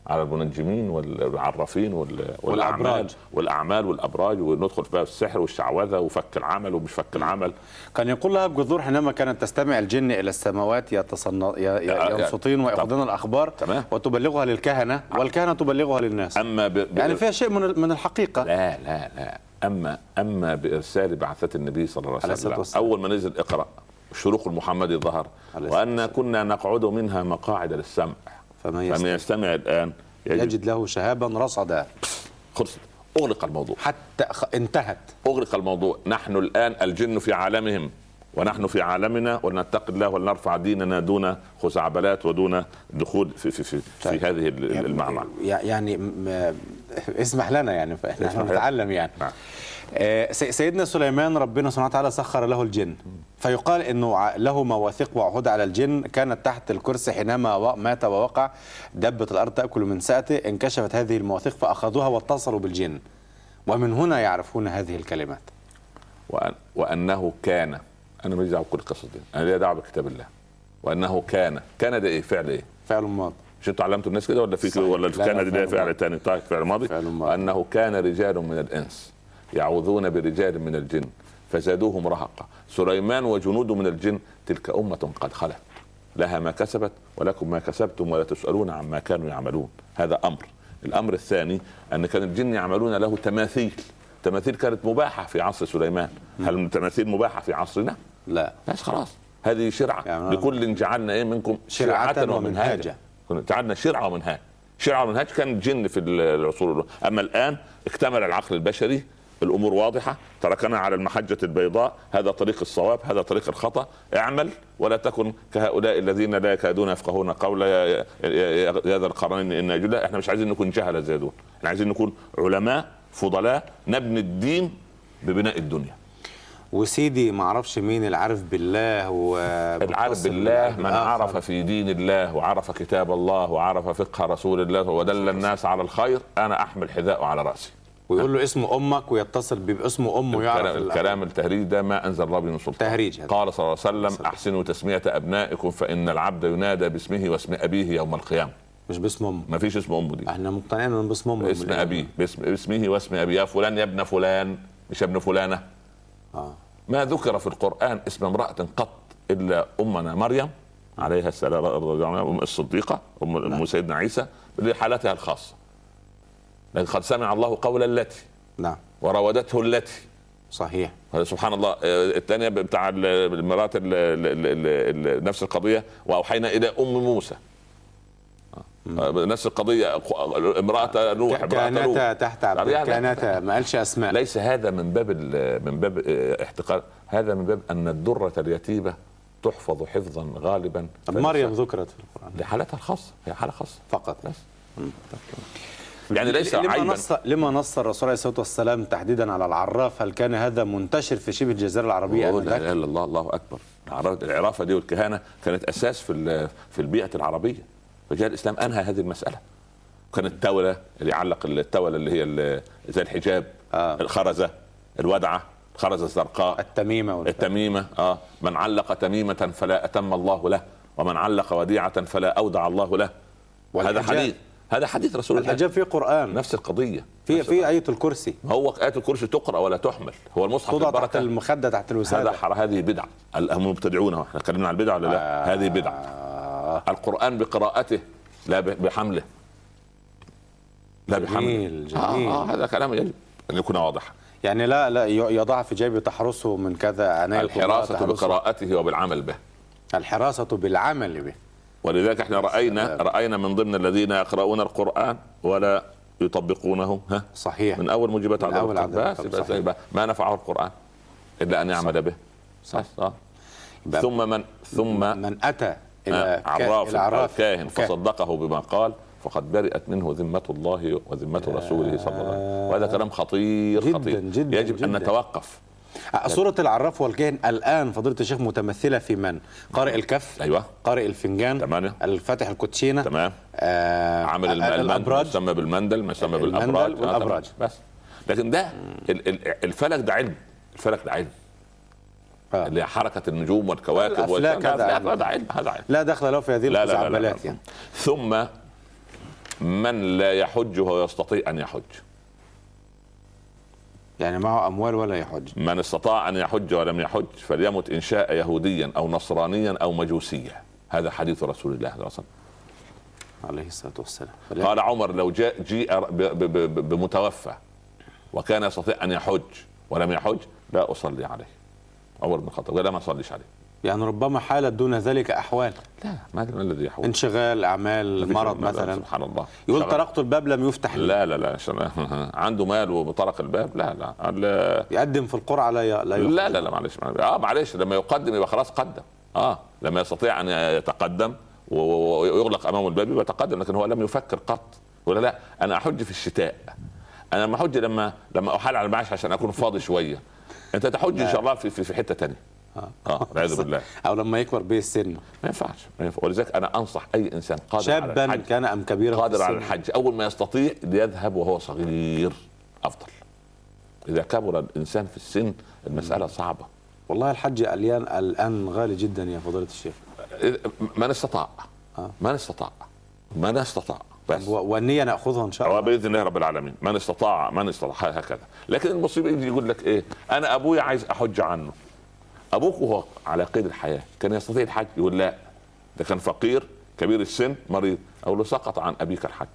Speaker 3: على المنجمين والعرافين وال... والاعمال
Speaker 2: والأبراج.
Speaker 3: والاعمال والابراج وندخل في باب السحر والشعوذه وفك العمل ومش فك العمل
Speaker 2: كان يقول لها الجذور حينما كانت تستمع الجن الى السماوات يتصن... ي... ي...
Speaker 3: يا-
Speaker 2: ينصتين ويأخذن الاخبار
Speaker 3: آه، يعني تمام. آه.
Speaker 2: وتبلغها للكهنه والكهنه تبلغها للناس
Speaker 3: اما ب... ب...
Speaker 2: يعني فيها شيء من من الحقيقه
Speaker 3: لا لا لا اما اما بارسال بعثه النبي صلى الله
Speaker 2: عليه
Speaker 3: عليه
Speaker 2: الصلاة
Speaker 3: وسلم
Speaker 2: والسلام.
Speaker 3: اول ما نزل اقرا الشروق المحمدي ظهر
Speaker 2: عليه الصلاة
Speaker 3: وان كنا نقعد منها مقاعد للسمع
Speaker 2: فمن
Speaker 3: فمن
Speaker 2: يستمع
Speaker 3: يستمع الان يجد
Speaker 2: يجد له شهابا رصدا
Speaker 3: خلص اغلق الموضوع
Speaker 2: حتى خ- انتهت
Speaker 3: اغلق الموضوع نحن الان الجن في عالمهم ونحن في عالمنا ولنتقي الله ولنرفع ديننا دون خزعبلات ودون دخول في في في, في
Speaker 2: طيب.
Speaker 3: هذه ال- ال- المعمعة
Speaker 2: يعني م- اسمح لنا يعني
Speaker 3: اسمح
Speaker 2: فاحنا
Speaker 3: لنا.
Speaker 2: نتعلم يعني
Speaker 3: نعم.
Speaker 2: آه، سي- سيدنا سليمان ربنا سبحانه وتعالى سخر له الجن فيقال انه ع- له مواثيق وعهود على الجن كانت تحت الكرسي حينما و- مات ووقع دبه الارض تاكل من ساته انكشفت هذه المواثيق فاخذوها واتصلوا بالجن ومن هنا يعرفون هذه الكلمات
Speaker 3: وأن وانه كان انا ماليش دعوه بكل القصص دي انا ليا دعوه بكتاب الله وانه كان كان ده ايه فعل ايه
Speaker 2: فعل ماضي
Speaker 3: مش انتوا علمتوا الناس كده ولا في
Speaker 2: صحيح.
Speaker 3: ولا
Speaker 2: لا، لا،
Speaker 3: كان ده
Speaker 2: فعل
Speaker 3: فعل
Speaker 2: ماضي.
Speaker 3: تاني طيب فعل ماضي
Speaker 2: فعل ماضي.
Speaker 3: وانه كان رجال من الانس يعوذون برجال من الجن فزادوهم رهقا سليمان وجنوده من الجن تلك امه قد خلت لها ما كسبت ولكم ما كسبتم ولا تسالون عما كانوا يعملون هذا امر الامر الثاني ان كان الجن يعملون له تماثيل تماثيل كانت مباحه في عصر سليمان هل التماثيل مباحه في عصرنا
Speaker 2: لا
Speaker 3: بس خلاص هذه شرعه
Speaker 2: يعني
Speaker 3: يعني لكل جعلنا ايه منكم
Speaker 2: شرعة
Speaker 3: شرعه
Speaker 2: ومنهاجا.
Speaker 3: ومنهاجا كنا جعلنا شرعه ومنهاج شرعه ومنهاج كان جن في ال- العصور الأولى. اما الان اكتمل العقل البشري الامور واضحه تركنا على المحجه البيضاء هذا طريق الصواب هذا طريق الخطا اعمل ولا تكن كهؤلاء الذين لا يكادون يفقهون قولا يا- يا- يا- يا ذا القرنين ان جلا احنا مش عايزين نكون جهله زي دول احنا عايزين نكون علماء فضلاء نبني الدين ببناء الدنيا
Speaker 2: وسيدي معرفش مين العارف بالله و آه.
Speaker 3: العارف بالله من عرف في دين الله وعرف كتاب الله وعرف فقه رسول الله ودل الناس على الخير انا احمل حذاءه على راسي
Speaker 2: ويقول له اسم امك ويتصل بيه باسم امه يعرف
Speaker 3: الكلام, الكلام التهريج ده ما انزل ربي من سلطان
Speaker 2: تهريج هذا.
Speaker 3: قال صلى الله عليه وسلم احسنوا تسميه ابنائكم فان العبد ينادى باسمه واسم ابيه يوم القيامه
Speaker 2: مش باسم امه
Speaker 3: ما فيش اسم امه دي
Speaker 2: احنا مقتنعين ان باسم امه
Speaker 3: اسم ابيه باسم اسمه واسم ابيه يا فلان يا ابن فلان مش يا ابن فلانه
Speaker 2: اه
Speaker 3: ما ذكر في القرآن اسم امرأة قط إلا أمنا مريم عليها السلام رضي الله عنها أم الصديقة أم أم سيدنا عيسى لحالتها الخاصة لكن قد سمع الله قول التي
Speaker 2: نعم
Speaker 3: وراودته التي
Speaker 2: صحيح
Speaker 3: هذا سبحان الله آه، الثانية بتاع ال- المرات ال- ال- ال- ال- نفس القضية وأوحينا إلى أم موسى آه. آه، نفس القضية أخو- امرأة نوح امرأة لوط
Speaker 2: كانت تحت عبد
Speaker 3: طب يعني-
Speaker 2: كانت ما قالش اسماء
Speaker 3: ليس هذا من باب ال- من باب آه، احتقار هذا من باب ان الدره اليتيمه تحفظ حفظا غالبا
Speaker 2: طب مريم ذكرت في القران
Speaker 3: لحالتها الخاصه هي حاله خاصه
Speaker 2: فقط
Speaker 3: بس يعني ليس
Speaker 2: لما
Speaker 3: عيبا
Speaker 2: نص لما نص الرسول عليه الصلاه والسلام تحديدا على العراف هل كان هذا منتشر في شبه الجزيره العربيه
Speaker 3: الله لا
Speaker 2: آنذاك؟
Speaker 3: اله الا الله الله اكبر العرافة- العرافه دي والكهانه كانت اساس في ال- في البيئه العربيه فجاء الاسلام انهى هذه المساله كان التوله اللي يعلق التوله اللي هي ال- زي الحجاب
Speaker 2: آه.
Speaker 3: الخرزه الودعه الخرزه الزرقاء
Speaker 2: التميمه وال-
Speaker 3: التميمة اه من علق تميمة فلا أتم الله له ومن علق وديعة فلا أودع الله له هذا
Speaker 2: والحجاب.
Speaker 3: حديث هذا حديث رسول الله
Speaker 2: الحجاب في قران
Speaker 3: نفس القضية
Speaker 2: في
Speaker 3: نفس
Speaker 2: في ايه الكرسي
Speaker 3: ما هو آية الكرسي تقرأ ولا تحمل هو المصحف
Speaker 2: توضع تحت
Speaker 3: البركة
Speaker 2: المخده تحت
Speaker 3: هذا
Speaker 2: الوساده
Speaker 3: حر هذه بدعة ال- هم مبتدعونها احنا اتكلمنا عن البدعة ولا لا هذه بدعة
Speaker 2: آه.
Speaker 3: القرآن بقراءته لا ب- بحمله لا بحمله
Speaker 2: جميل
Speaker 3: آه,
Speaker 2: جميل
Speaker 3: آه هذا كلام يجب أن يكون واضحا
Speaker 2: يعني لا لا ي- يضع في جيبه تحرسه من كذا عناية
Speaker 3: الحراسة
Speaker 2: تحرسه.
Speaker 3: بقراءته وبالعمل به
Speaker 2: الحراسة بالعمل به
Speaker 3: ولذلك احنا راينا
Speaker 2: سلام.
Speaker 3: راينا من ضمن الذين يقرؤون القران ولا يطبقونه ها
Speaker 2: صحيح
Speaker 3: من اول موجبات
Speaker 2: من
Speaker 3: عذاب
Speaker 2: أول
Speaker 3: القرآن.
Speaker 2: عذاب
Speaker 3: بس,
Speaker 2: القرآن،
Speaker 3: بس
Speaker 2: صحيح.
Speaker 3: يبقى ما نفعه القران الا ان يعمل به صح آه.
Speaker 2: يبقى
Speaker 3: ثم من ثم
Speaker 2: من أتى إلى
Speaker 3: آه،
Speaker 2: كا-
Speaker 3: عراف
Speaker 2: إلى
Speaker 3: أو
Speaker 2: عراف
Speaker 3: كاهن
Speaker 2: أو كاهن.
Speaker 3: فصدقه بما قال فقد برئت منه ذمة الله وذمة رسوله صلى الله عليه وسلم وهذا كلام خطير
Speaker 2: جداً،
Speaker 3: خطير
Speaker 2: جداً،
Speaker 3: يجب
Speaker 2: جداً.
Speaker 3: أن نتوقف
Speaker 2: آه، سورة العراف والكاهن الآن فضيلة الشيخ متمثلة في من؟ قارئ الكف
Speaker 3: أيوة.
Speaker 2: قارئ الفنجان
Speaker 3: تمام.
Speaker 2: الفاتح الكوتشينة
Speaker 3: تمام
Speaker 2: آه
Speaker 3: عامل الم-
Speaker 2: آه،
Speaker 3: الم- ما
Speaker 2: الأبراج
Speaker 3: يسمى بالمندل ما يسمى
Speaker 2: المندل
Speaker 3: بالابراج آه،
Speaker 2: والأبراج.
Speaker 3: تمام. بس لكن ده ال- ال- الفلك ده علم الفلك ده علم
Speaker 2: آه.
Speaker 3: اللي هي حركه النجوم والكواكب
Speaker 2: الأفلاك
Speaker 3: والكلام ده.
Speaker 2: هذا علم.
Speaker 3: هذا علم هذا علم
Speaker 2: لا دخل له في هذه
Speaker 3: لا لا, لا, لا,
Speaker 2: الخزعبلات
Speaker 3: لا.
Speaker 2: يعني
Speaker 3: ثم من لا يحج وهو يستطيع ان يحج
Speaker 2: يعني معه أموال ولا يحج
Speaker 3: من استطاع ان يحج ولم يحج فليمت ان شاء يهوديا او نصرانيا او مجوسيا هذا حديث رسول الله صلى الله عليه وسلم
Speaker 2: عليه الصلاة والسلام
Speaker 3: قال عمر لو جاء جيء ب- ب- ب- بمتوفى وكان يستطيع ان يحج ولم يحج لا اصلي عليه عمر بن الخطاب قال لا ما اصليش عليه
Speaker 2: يعني ربما حالت دون ذلك احوال
Speaker 3: لا ما أدري ما الذي يحول
Speaker 2: انشغال اعمال
Speaker 3: مفيش
Speaker 2: مرض
Speaker 3: مال،
Speaker 2: مثلا
Speaker 3: سبحان الله
Speaker 2: يقول
Speaker 3: شغل.
Speaker 2: طرقت الباب لم يفتح لي
Speaker 3: لا لا لا عشان عنده مال وطرق الباب لا لا لا
Speaker 2: يقدم في القرعه لا ي- لا يخرج.
Speaker 3: لا, لا, لا معلش معلش. اه معلش لما يقدم يبقى خلاص قدم اه لما يستطيع ان يتقدم و- و- ويغلق امامه الباب يبقى تقدم لكن هو لم يفكر قط ولا لا انا احج في الشتاء انا لما احج لما لما احال على المعاش عشان اكون فاضي شويه انت تحج ان شاء الله في في, في حته تانية اه والعياذ بالله
Speaker 2: او لما يكبر به السن
Speaker 3: ما ينفعش ما ينفع. ولذلك انا انصح اي انسان قادر على
Speaker 2: شابا
Speaker 3: الحج
Speaker 2: كان ام كبيرا في
Speaker 3: قادر على
Speaker 2: السن.
Speaker 3: الحج اول ما يستطيع يذهب وهو صغير افضل اذا كبر الانسان في السن المساله صعبه
Speaker 2: والله الحج اليان الان غالي جدا يا فضيله الشيخ
Speaker 3: من استطاع
Speaker 2: آه.
Speaker 3: من استطاع من استطاع بس
Speaker 2: و- والنيه ناخذها ان شاء الله
Speaker 3: هو باذن الله رب العالمين من استطاع من استطاع هكذا لكن المصيبه يجي يقول لك ايه انا ابويا عايز احج عنه ابوك وهو على قيد الحياه كان يستطيع الحج يقول لا ده كان فقير كبير السن مريض اقول له سقط عن ابيك الحج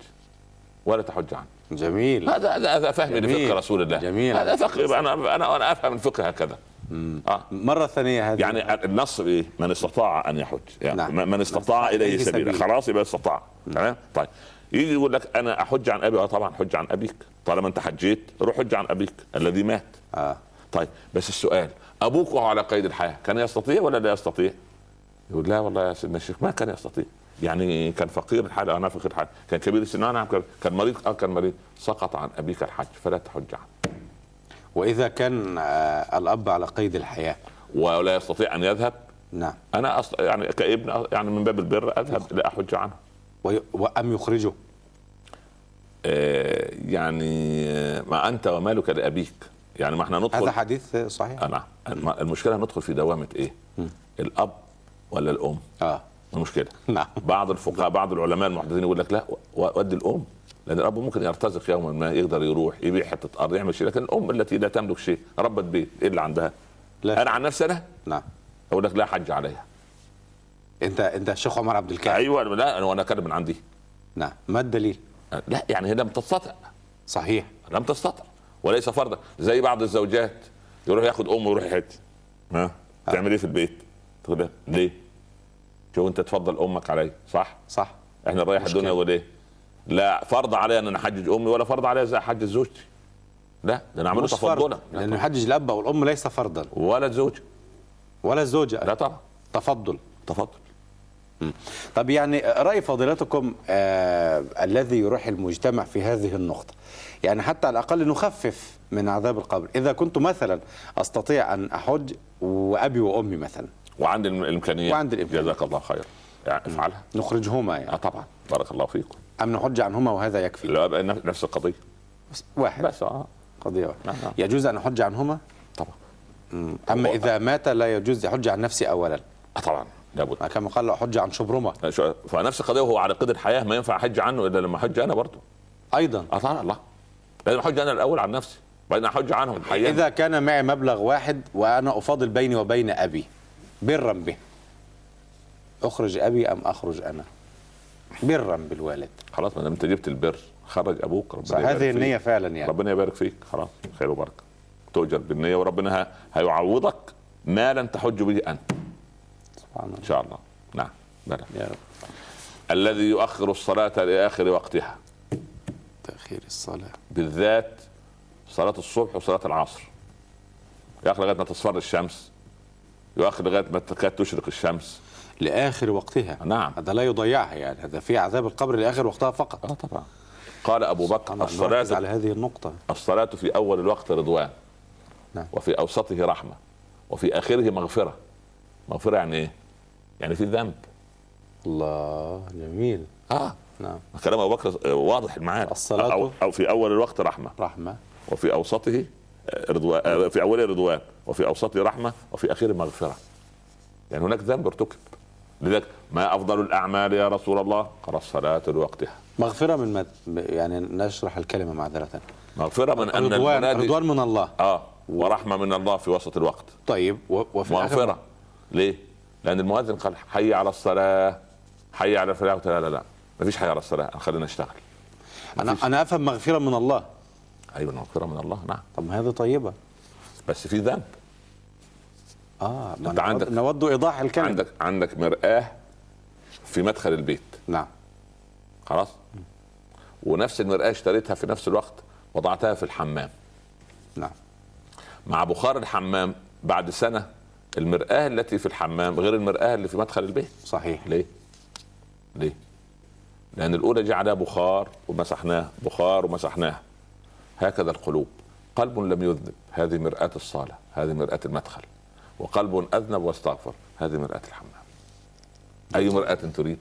Speaker 3: ولا تحج عنه
Speaker 2: جميل
Speaker 3: هذا هذا هذا فهم
Speaker 2: جميل.
Speaker 3: لفقه رسول الله
Speaker 2: جميل.
Speaker 3: هذا فقه انا انا انا افهم الفقه هكذا آه.
Speaker 2: مره ثانيه هذه
Speaker 3: يعني النص ايه؟ من استطاع ان يحج يعني
Speaker 2: نعم.
Speaker 3: نعم. من استطاع اليه سبيلا خلاص يبقى استطاع تمام طيب يجي يقول لك انا احج عن ابي اه طبعا حج عن ابيك طالما انت حجيت روح حج عن ابيك الذي مات
Speaker 2: آه.
Speaker 3: طيب بس السؤال ابوك وهو على قيد الحياه كان يستطيع ولا لا يستطيع؟ يقول لا والله يا سيدنا الشيخ ما كان يستطيع يعني كان فقير الحاله انا فقير الحاله كان كبير السن آه، نعم كان- كان مريض اه كان مريض سقط عن ابيك الحج فلا تحج عنه
Speaker 2: واذا كان آه، الاب على قيد الحياه
Speaker 3: ولا يستطيع ان يذهب
Speaker 2: نعم
Speaker 3: انا أصل يعني كابن يعني من باب البر اذهب لا احج عنه
Speaker 2: وي- وام يخرجه
Speaker 3: آه، يعني آه، ما انت ومالك لابيك يعني ما احنا ندخل
Speaker 2: هذا حديث صحيح
Speaker 3: آه، نعم الم- المشكله ندخل في دوامه ايه؟ الاب ولا الام؟
Speaker 2: اه
Speaker 3: المشكله
Speaker 2: نعم.
Speaker 3: بعض الفقهاء بعض العلماء المحدثين يقول لك لا و- ودي الام لان الاب ممكن يرتزق يوما ما يقدر يروح يبيع حته ارض يعمل شيء لكن الام التي لا تملك شيء ربت بيت ايه اللي عندها؟
Speaker 2: لا.
Speaker 3: انا عن نفسي انا
Speaker 2: نعم
Speaker 3: اقول لك لا حج عليها
Speaker 2: انت انت الشيخ عمر عبد الكافي
Speaker 3: ايوه لا انا اتكلم من عندي
Speaker 2: نعم ما الدليل
Speaker 3: لا يعني هي لم تستطع
Speaker 2: صحيح
Speaker 3: لم تستطع وليس فرضا زي بعض الزوجات يروح ياخد امه ويروح يحج ها تعمل ايه في البيت؟ تقول لها، ليه؟ شو انت تفضل امك علي صح؟
Speaker 2: صح
Speaker 3: احنا نريح
Speaker 2: مشكلة.
Speaker 3: الدنيا وليه؟ لا فرض علي ان انا احجج امي ولا فرض علي ازاي احجج زوجتي لا ده انا اعمله
Speaker 2: مش فرض،
Speaker 3: تفضلا
Speaker 2: لانه يحجج الاب والام ليس فرضا
Speaker 3: ولا الزوج
Speaker 2: ولا الزوجه
Speaker 3: لا طبعا
Speaker 2: تفضل
Speaker 3: تفضل
Speaker 2: طب يعني رأي فضيلتكم آه الذي يروح المجتمع في هذه النقطة يعني حتى على الأقل نخفف من عذاب القبر إذا كنت مثلا أستطيع أن أحج وأبي وأمي مثلا
Speaker 3: وعندي الم- الامكانيه
Speaker 2: وعندي الإمكانية.
Speaker 3: جزاك الله خير يعني افعلها
Speaker 2: نخرجهما
Speaker 3: اه
Speaker 2: يعني
Speaker 3: طبعا بارك الله فيكم
Speaker 2: أم نحج عنهما وهذا يكفي
Speaker 3: لا، نفس القضيه
Speaker 2: بس واحد
Speaker 3: بس اه
Speaker 2: قضية واحدة
Speaker 3: نعم.
Speaker 2: يجوز أن أحج عنهما
Speaker 3: طبعا
Speaker 2: أما
Speaker 3: هو-
Speaker 2: إذا مات لا يجوز يحج عن نفسي أولا
Speaker 3: آه، طبعا لابد
Speaker 2: كما قال لا أحج عن شبرمة
Speaker 3: شو- فنفس القضيه وهو على قيد الحياه ما ينفع احج عنه الا لما احج انا برضه
Speaker 2: أيضا
Speaker 3: اه طبعا الله لازم احج انا الاول عن نفسي بعدين احج عنهم حقيقة.
Speaker 2: إذا كان معي مبلغ واحد وأنا أفاضل بيني وبين أبي برا به أخرج أبي أم أخرج أنا برا بالوالد
Speaker 3: خلاص ما دام انت جبت البر خرج ابوك ربنا
Speaker 2: صح،
Speaker 3: يبارك
Speaker 2: هذه
Speaker 3: فيك.
Speaker 2: النية فعلا يعني
Speaker 3: ربنا يبارك فيك خلاص خير وبركه تؤجر بالنيه وربنا ه- هيعوضك مالا تحج به انت
Speaker 2: سبحان الله
Speaker 3: ان شاء الله نعم بلى
Speaker 2: يا رب
Speaker 3: الذي يؤخر الصلاه لاخر وقتها
Speaker 2: تأخير الصلاة
Speaker 3: بالذات صلاة الصبح وصلاة العصر يؤخر لغاية ما تصفر الشمس يؤخر لغاية ما تكاد تشرق الشمس
Speaker 2: لآخر وقتها
Speaker 3: نعم.
Speaker 2: هذا لا يضيعها يعني هذا في عذاب القبر لآخر وقتها فقط
Speaker 3: اه طبعا قال أبو بكر
Speaker 2: أنا نركز على
Speaker 3: الصلاة
Speaker 2: هذه النقطة
Speaker 3: الصلاة في أول الوقت رضوان
Speaker 2: نعم.
Speaker 3: وفي أوسطه رحمة وفي آخره مغفرة مغفرة يعني إيه؟ يعني في ذنب
Speaker 2: الله جميل
Speaker 3: اه
Speaker 2: نعم
Speaker 3: كلام أبو بكر واضح المعاني
Speaker 2: الصلاة-
Speaker 3: أو, أو في أول الوقت رحمة
Speaker 2: رحمة
Speaker 3: وفي اوسطه رضوان آه، في اوله رضوان وفي اوسطه رحمه وفي اخره مغفره. يعني هناك ذنب ارتكب. لذلك ما افضل الاعمال يا رسول الله؟ قال الصلاه لوقتها.
Speaker 2: مغفرة من مد... يعني نشرح الكلمة معذرة
Speaker 3: مغفره من ان
Speaker 2: رضوان
Speaker 3: المنادي-
Speaker 2: رضوان من الله
Speaker 3: اه ورحمه من الله في وسط الوقت.
Speaker 2: طيب و... وفي الآخر-
Speaker 3: مغفره. ليه؟ لان المؤذن قال حي على الصلاه حي على الفلاح قلت لا لا لا مفيش حي على الصلاه خلينا نشتغل.
Speaker 2: أنا أنا أفهم مغفرة من الله
Speaker 3: أيوة، ايوه المغفره من الله نعم
Speaker 2: طب ما هذه طيبة
Speaker 3: بس في ذنب.
Speaker 2: اه ما
Speaker 3: أنت عندك-
Speaker 2: نود- نود ايضاح الكلمه
Speaker 3: عندك عندك مرآة في مدخل البيت
Speaker 2: نعم
Speaker 3: خلاص ونفس المرآة اشتريتها في نفس الوقت وضعتها في الحمام
Speaker 2: نعم
Speaker 3: مع بخار الحمام بعد سنة المرآة التي في الحمام غير المرآة اللي في مدخل البيت
Speaker 2: صحيح
Speaker 3: ليه؟ ليه؟ لأن الأولى جه عليها بخار ومسحناه بخار ومسحناه هكذا القلوب قلب لم يذنب هذه مرآة الصالة هذه مرآة المدخل وقلب أذنب واستغفر هذه مرآة الحمام أي مرآة تريد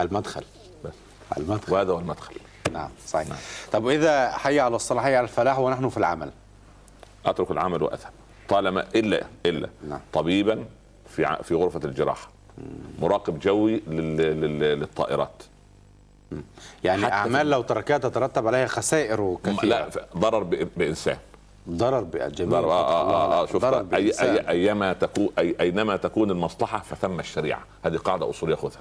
Speaker 2: المدخل
Speaker 3: بس
Speaker 2: المدخل
Speaker 3: وهذا هو المدخل
Speaker 2: نعم صحيح طب واذا حي على الصلاح حي على الفلاح ونحن في العمل
Speaker 3: أترك العمل وأذهب طالما إلا إلا
Speaker 2: نعم.
Speaker 3: طبيبا في ع- في غرفة الجراحة مراقب جوي لل- لل- للطائرات
Speaker 2: يعني
Speaker 3: حتى في
Speaker 2: اعمال لو تركها تترتب عليها خسائر
Speaker 3: لا
Speaker 2: كثيره
Speaker 3: ف- ضرر بإ- بإنسان
Speaker 2: ضرر بجميع
Speaker 3: ضرر اه اه اه, آه شوف
Speaker 2: ضرر
Speaker 3: أي
Speaker 2: بالإنسان.
Speaker 3: أي أيما تكون أي أينما تكون المصلحة فثم الشريعة هذه قاعدة أصولية خذها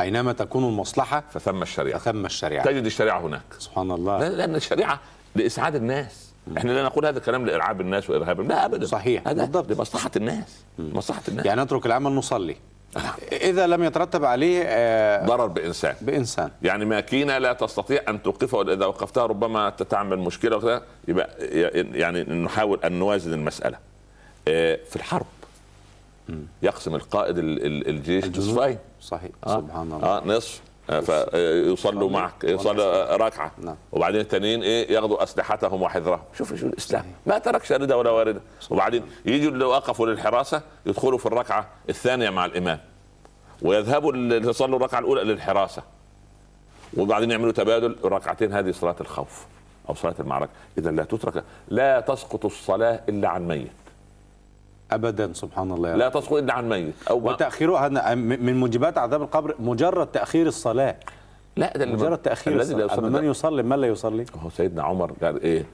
Speaker 2: اينما تكون المصلحه
Speaker 3: فثم الشريعة
Speaker 2: فثم الشريعه
Speaker 3: تجد الشريعة هناك
Speaker 2: سبحان الله
Speaker 3: طيب. لا- لأن الشريعة لإسعاد الناس احنا لا نقول هذا الكلام لإرعاب الناس وإرهاب لا أبدا
Speaker 2: صحيح،
Speaker 3: هذا
Speaker 2: بالضبط.
Speaker 3: لمصلحة الناس مصلحة الناس
Speaker 2: يعني نترك العمل نصلي
Speaker 3: نعم.
Speaker 2: اذا لم يترتب عليه آه،
Speaker 3: ضرر بإنسان
Speaker 2: بانسان
Speaker 3: يعني ماكينه لا تستطيع ان توقفها واذا وقفتها ربما تعمل مشكله وكذا، يبقى يعني نحاول ان نوازن المساله. آه، في الحرب يقسم القائد ال- ال- الجيش نصفين
Speaker 2: صحيح
Speaker 3: آه،
Speaker 2: سبحان الله
Speaker 3: اه نصف آه، ف- آه، يصلوا معك يصلوا ركعه
Speaker 2: نعم.
Speaker 3: وبعدين التانيين ايه ياخذوا اسلحتهم وحذرهم شوف شو الاسلام ما ترك شارده ولا وارده وبعدين يجوا اللي وقفوا للحراسه يدخلوا في الركعه الثانيه مع الامام ويذهبوا اللي صلوا الركعه الاولى للحراسه وبعدين يعملوا تبادل ركعتين هذه صلاه الخوف او صلاه المعركه اذا لا تترك لا تسقط الصلاه الا عن ميت
Speaker 2: ابدا سبحان الله يا رب.
Speaker 3: لا تسقط الا عن ميت او ما-
Speaker 2: وتاخيرها هن- من موجبات عذاب القبر مجرد تاخير الصلاه
Speaker 3: لا ده اللي-
Speaker 2: مجرد تاخير
Speaker 3: الذي لا
Speaker 2: الصلاه أما
Speaker 3: يصلي
Speaker 2: من يصلي من لا يصلي
Speaker 3: هو سيدنا عمر قال ايه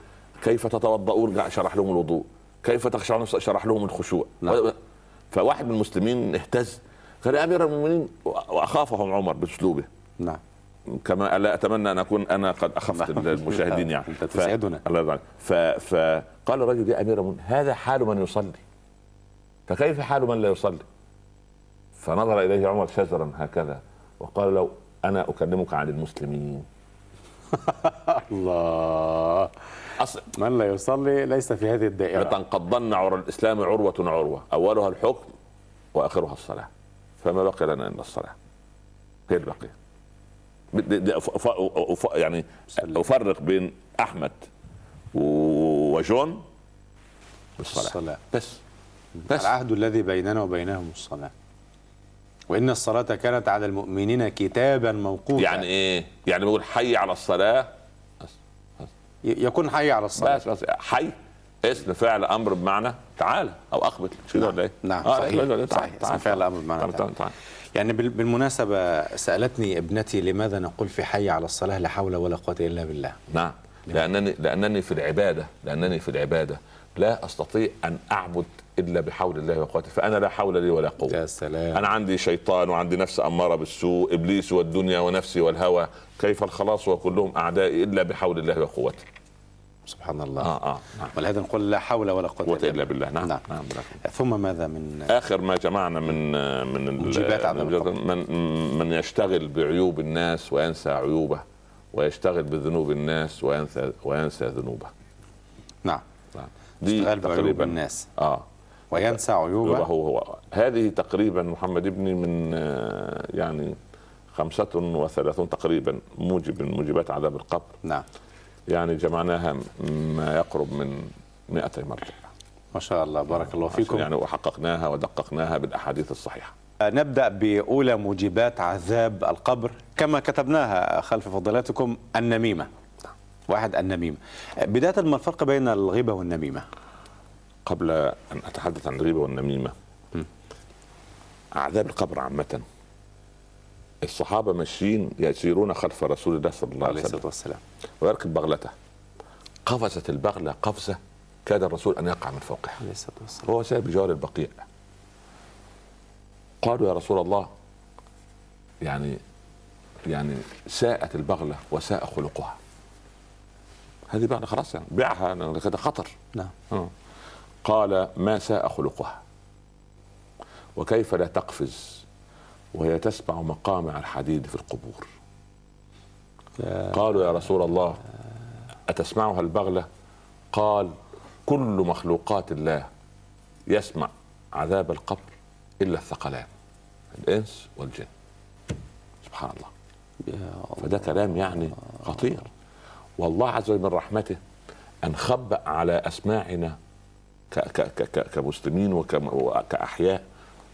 Speaker 3: كيف تتوضؤون قال- شرح لهم الوضوء كيف تخشعون شرح لهم الخشوع
Speaker 2: نعم.
Speaker 3: فواحد من المسلمين اهتز قال يا امير المؤمنين واخافهم عمر باسلوبه
Speaker 2: نعم
Speaker 3: كما لا اتمنى ان اكون انا قد اخفت المشاهدين يعني
Speaker 2: أنت تسعدنا.
Speaker 3: ف... الله يرضى عليك. ف... فقال الرجل يا امير المؤمنين هذا حال من يصلي فكيف حال من لا يصلي فنظر اليه عمر شزرا هكذا وقال لو انا اكلمك عن المسلمين
Speaker 2: الله
Speaker 3: اصل
Speaker 2: من لا يصلي ليس في هذه الدائره
Speaker 3: يعني لتنقضن عرى الاسلام عروه عروه اولها الحكم واخرها الصلاه فما بقي لنا الا الصلاه هي البقيه بدي- بدي أف- أف- أف- أف- يعني افرق بين احمد و- وجون بالصلاه
Speaker 2: الصلاه
Speaker 3: بس بس
Speaker 2: العهد الذي بيننا وبينهم الصلاه وان الصلاه كانت على المؤمنين كتابا موقوتا
Speaker 3: يعني ايه؟ يعني بقول حي على الصلاه
Speaker 2: ي- يكون حي على الصلاه
Speaker 3: بس بس حي اسم فعل امر بمعنى تعالى او اقبل مش كده ولا ايه؟
Speaker 2: نعم،
Speaker 3: آه،
Speaker 2: صحيح.
Speaker 3: لا، لا، لا، تعال،
Speaker 2: صحيح.
Speaker 3: تعال،
Speaker 2: اسم فعل أمر بمعنى
Speaker 3: تعال،
Speaker 2: تعال.
Speaker 3: تعال، تعال.
Speaker 2: يعني بال- بالمناسبه سالتني ابنتي لماذا نقول في حي على الصلاه لا حول ولا قوه الا بالله
Speaker 3: نعم لأنني لأنني في العبادة لأنني في العبادة لا أستطيع أن أعبد إلا بحول الله وقوته فأنا لا حول لي ولا قوة
Speaker 2: يا سلام
Speaker 3: أنا عندي شيطان وعندي نفس أمارة بالسوء إبليس والدنيا ونفسي والهوى كيف الخلاص وكلهم أعدائي إلا بحول الله وقوته
Speaker 2: سبحان الله
Speaker 3: آه آه نعم
Speaker 2: ولهذا نقول لا حول ولا قوه
Speaker 3: قوة إلا بالله
Speaker 2: نعم.
Speaker 3: نعم نعم, نعم. بالله.
Speaker 2: ثم ماذا من
Speaker 3: آخر ما جمعنا من من ال-
Speaker 2: موجبات عدم القبول.
Speaker 3: من من يشتغل بعيوب الناس وينسى عيوبه ويشتغل بذنوب الناس وينسى وينسى ذنوبه
Speaker 2: نعم آه.
Speaker 3: نعم. دي
Speaker 2: اشتغال بعيوب
Speaker 3: تقريباً-
Speaker 2: الناس.
Speaker 3: اه
Speaker 2: وينسى عيوبه
Speaker 3: هو هو هذه تقريبا محمد ابني من آه، يعني خمسة وثلاثون تقريبا موجب من موجبات عذاب القبر
Speaker 2: نعم
Speaker 3: يعني جمعناها ما يقرب من 200 مرة
Speaker 2: ما شاء الله بارك الله
Speaker 3: عشان
Speaker 2: فيكم آه،
Speaker 3: يعني وحققناها ودققناها بالأحاديث الصحيحة
Speaker 2: نبدأ بأولى موجبات عذاب القبر كما كتبناها خلف فضيلتكم النميمة واحد النميمة آه، بداية ما الفرق بين الغيبة والنميمة
Speaker 3: طيب، قبل أن أتحدث عن الغيبة والنميمة أعذاب القبر عامة الصحابة ماشيين يسيرون خلف رسول الله صلى الله
Speaker 2: عليه
Speaker 3: عليه وسلم
Speaker 2: الصلاة والسلام
Speaker 3: ويركب بغلته قفزت البغلة قفزة كاد الرسول أن يقع من فوقها
Speaker 2: عليه الصلاة والسلام
Speaker 3: وهو سايب جوار البقيع قالوا يا رسول الله يعني يعني ساءت البغلة وساء خلقها هذه بغلة خلاص يعني بيعها لأن كده خطر
Speaker 2: نعم
Speaker 3: قال ما ساء خلقها وكيف لا تقفز وهي تسمع مقامع الحديد في القبور قالوا يا رسول الله أتسمعها البغلة قال كل مخلوقات الله يسمع عذاب القبر إلا الثقلان الإنس والجن سبحان الله
Speaker 2: آه،
Speaker 3: فده كلام يعني خطير والله عز وجل من رحمته أن خبأ على أسماعنا ك- ك- ك- ك- كمسلمين وكم- وكأحياء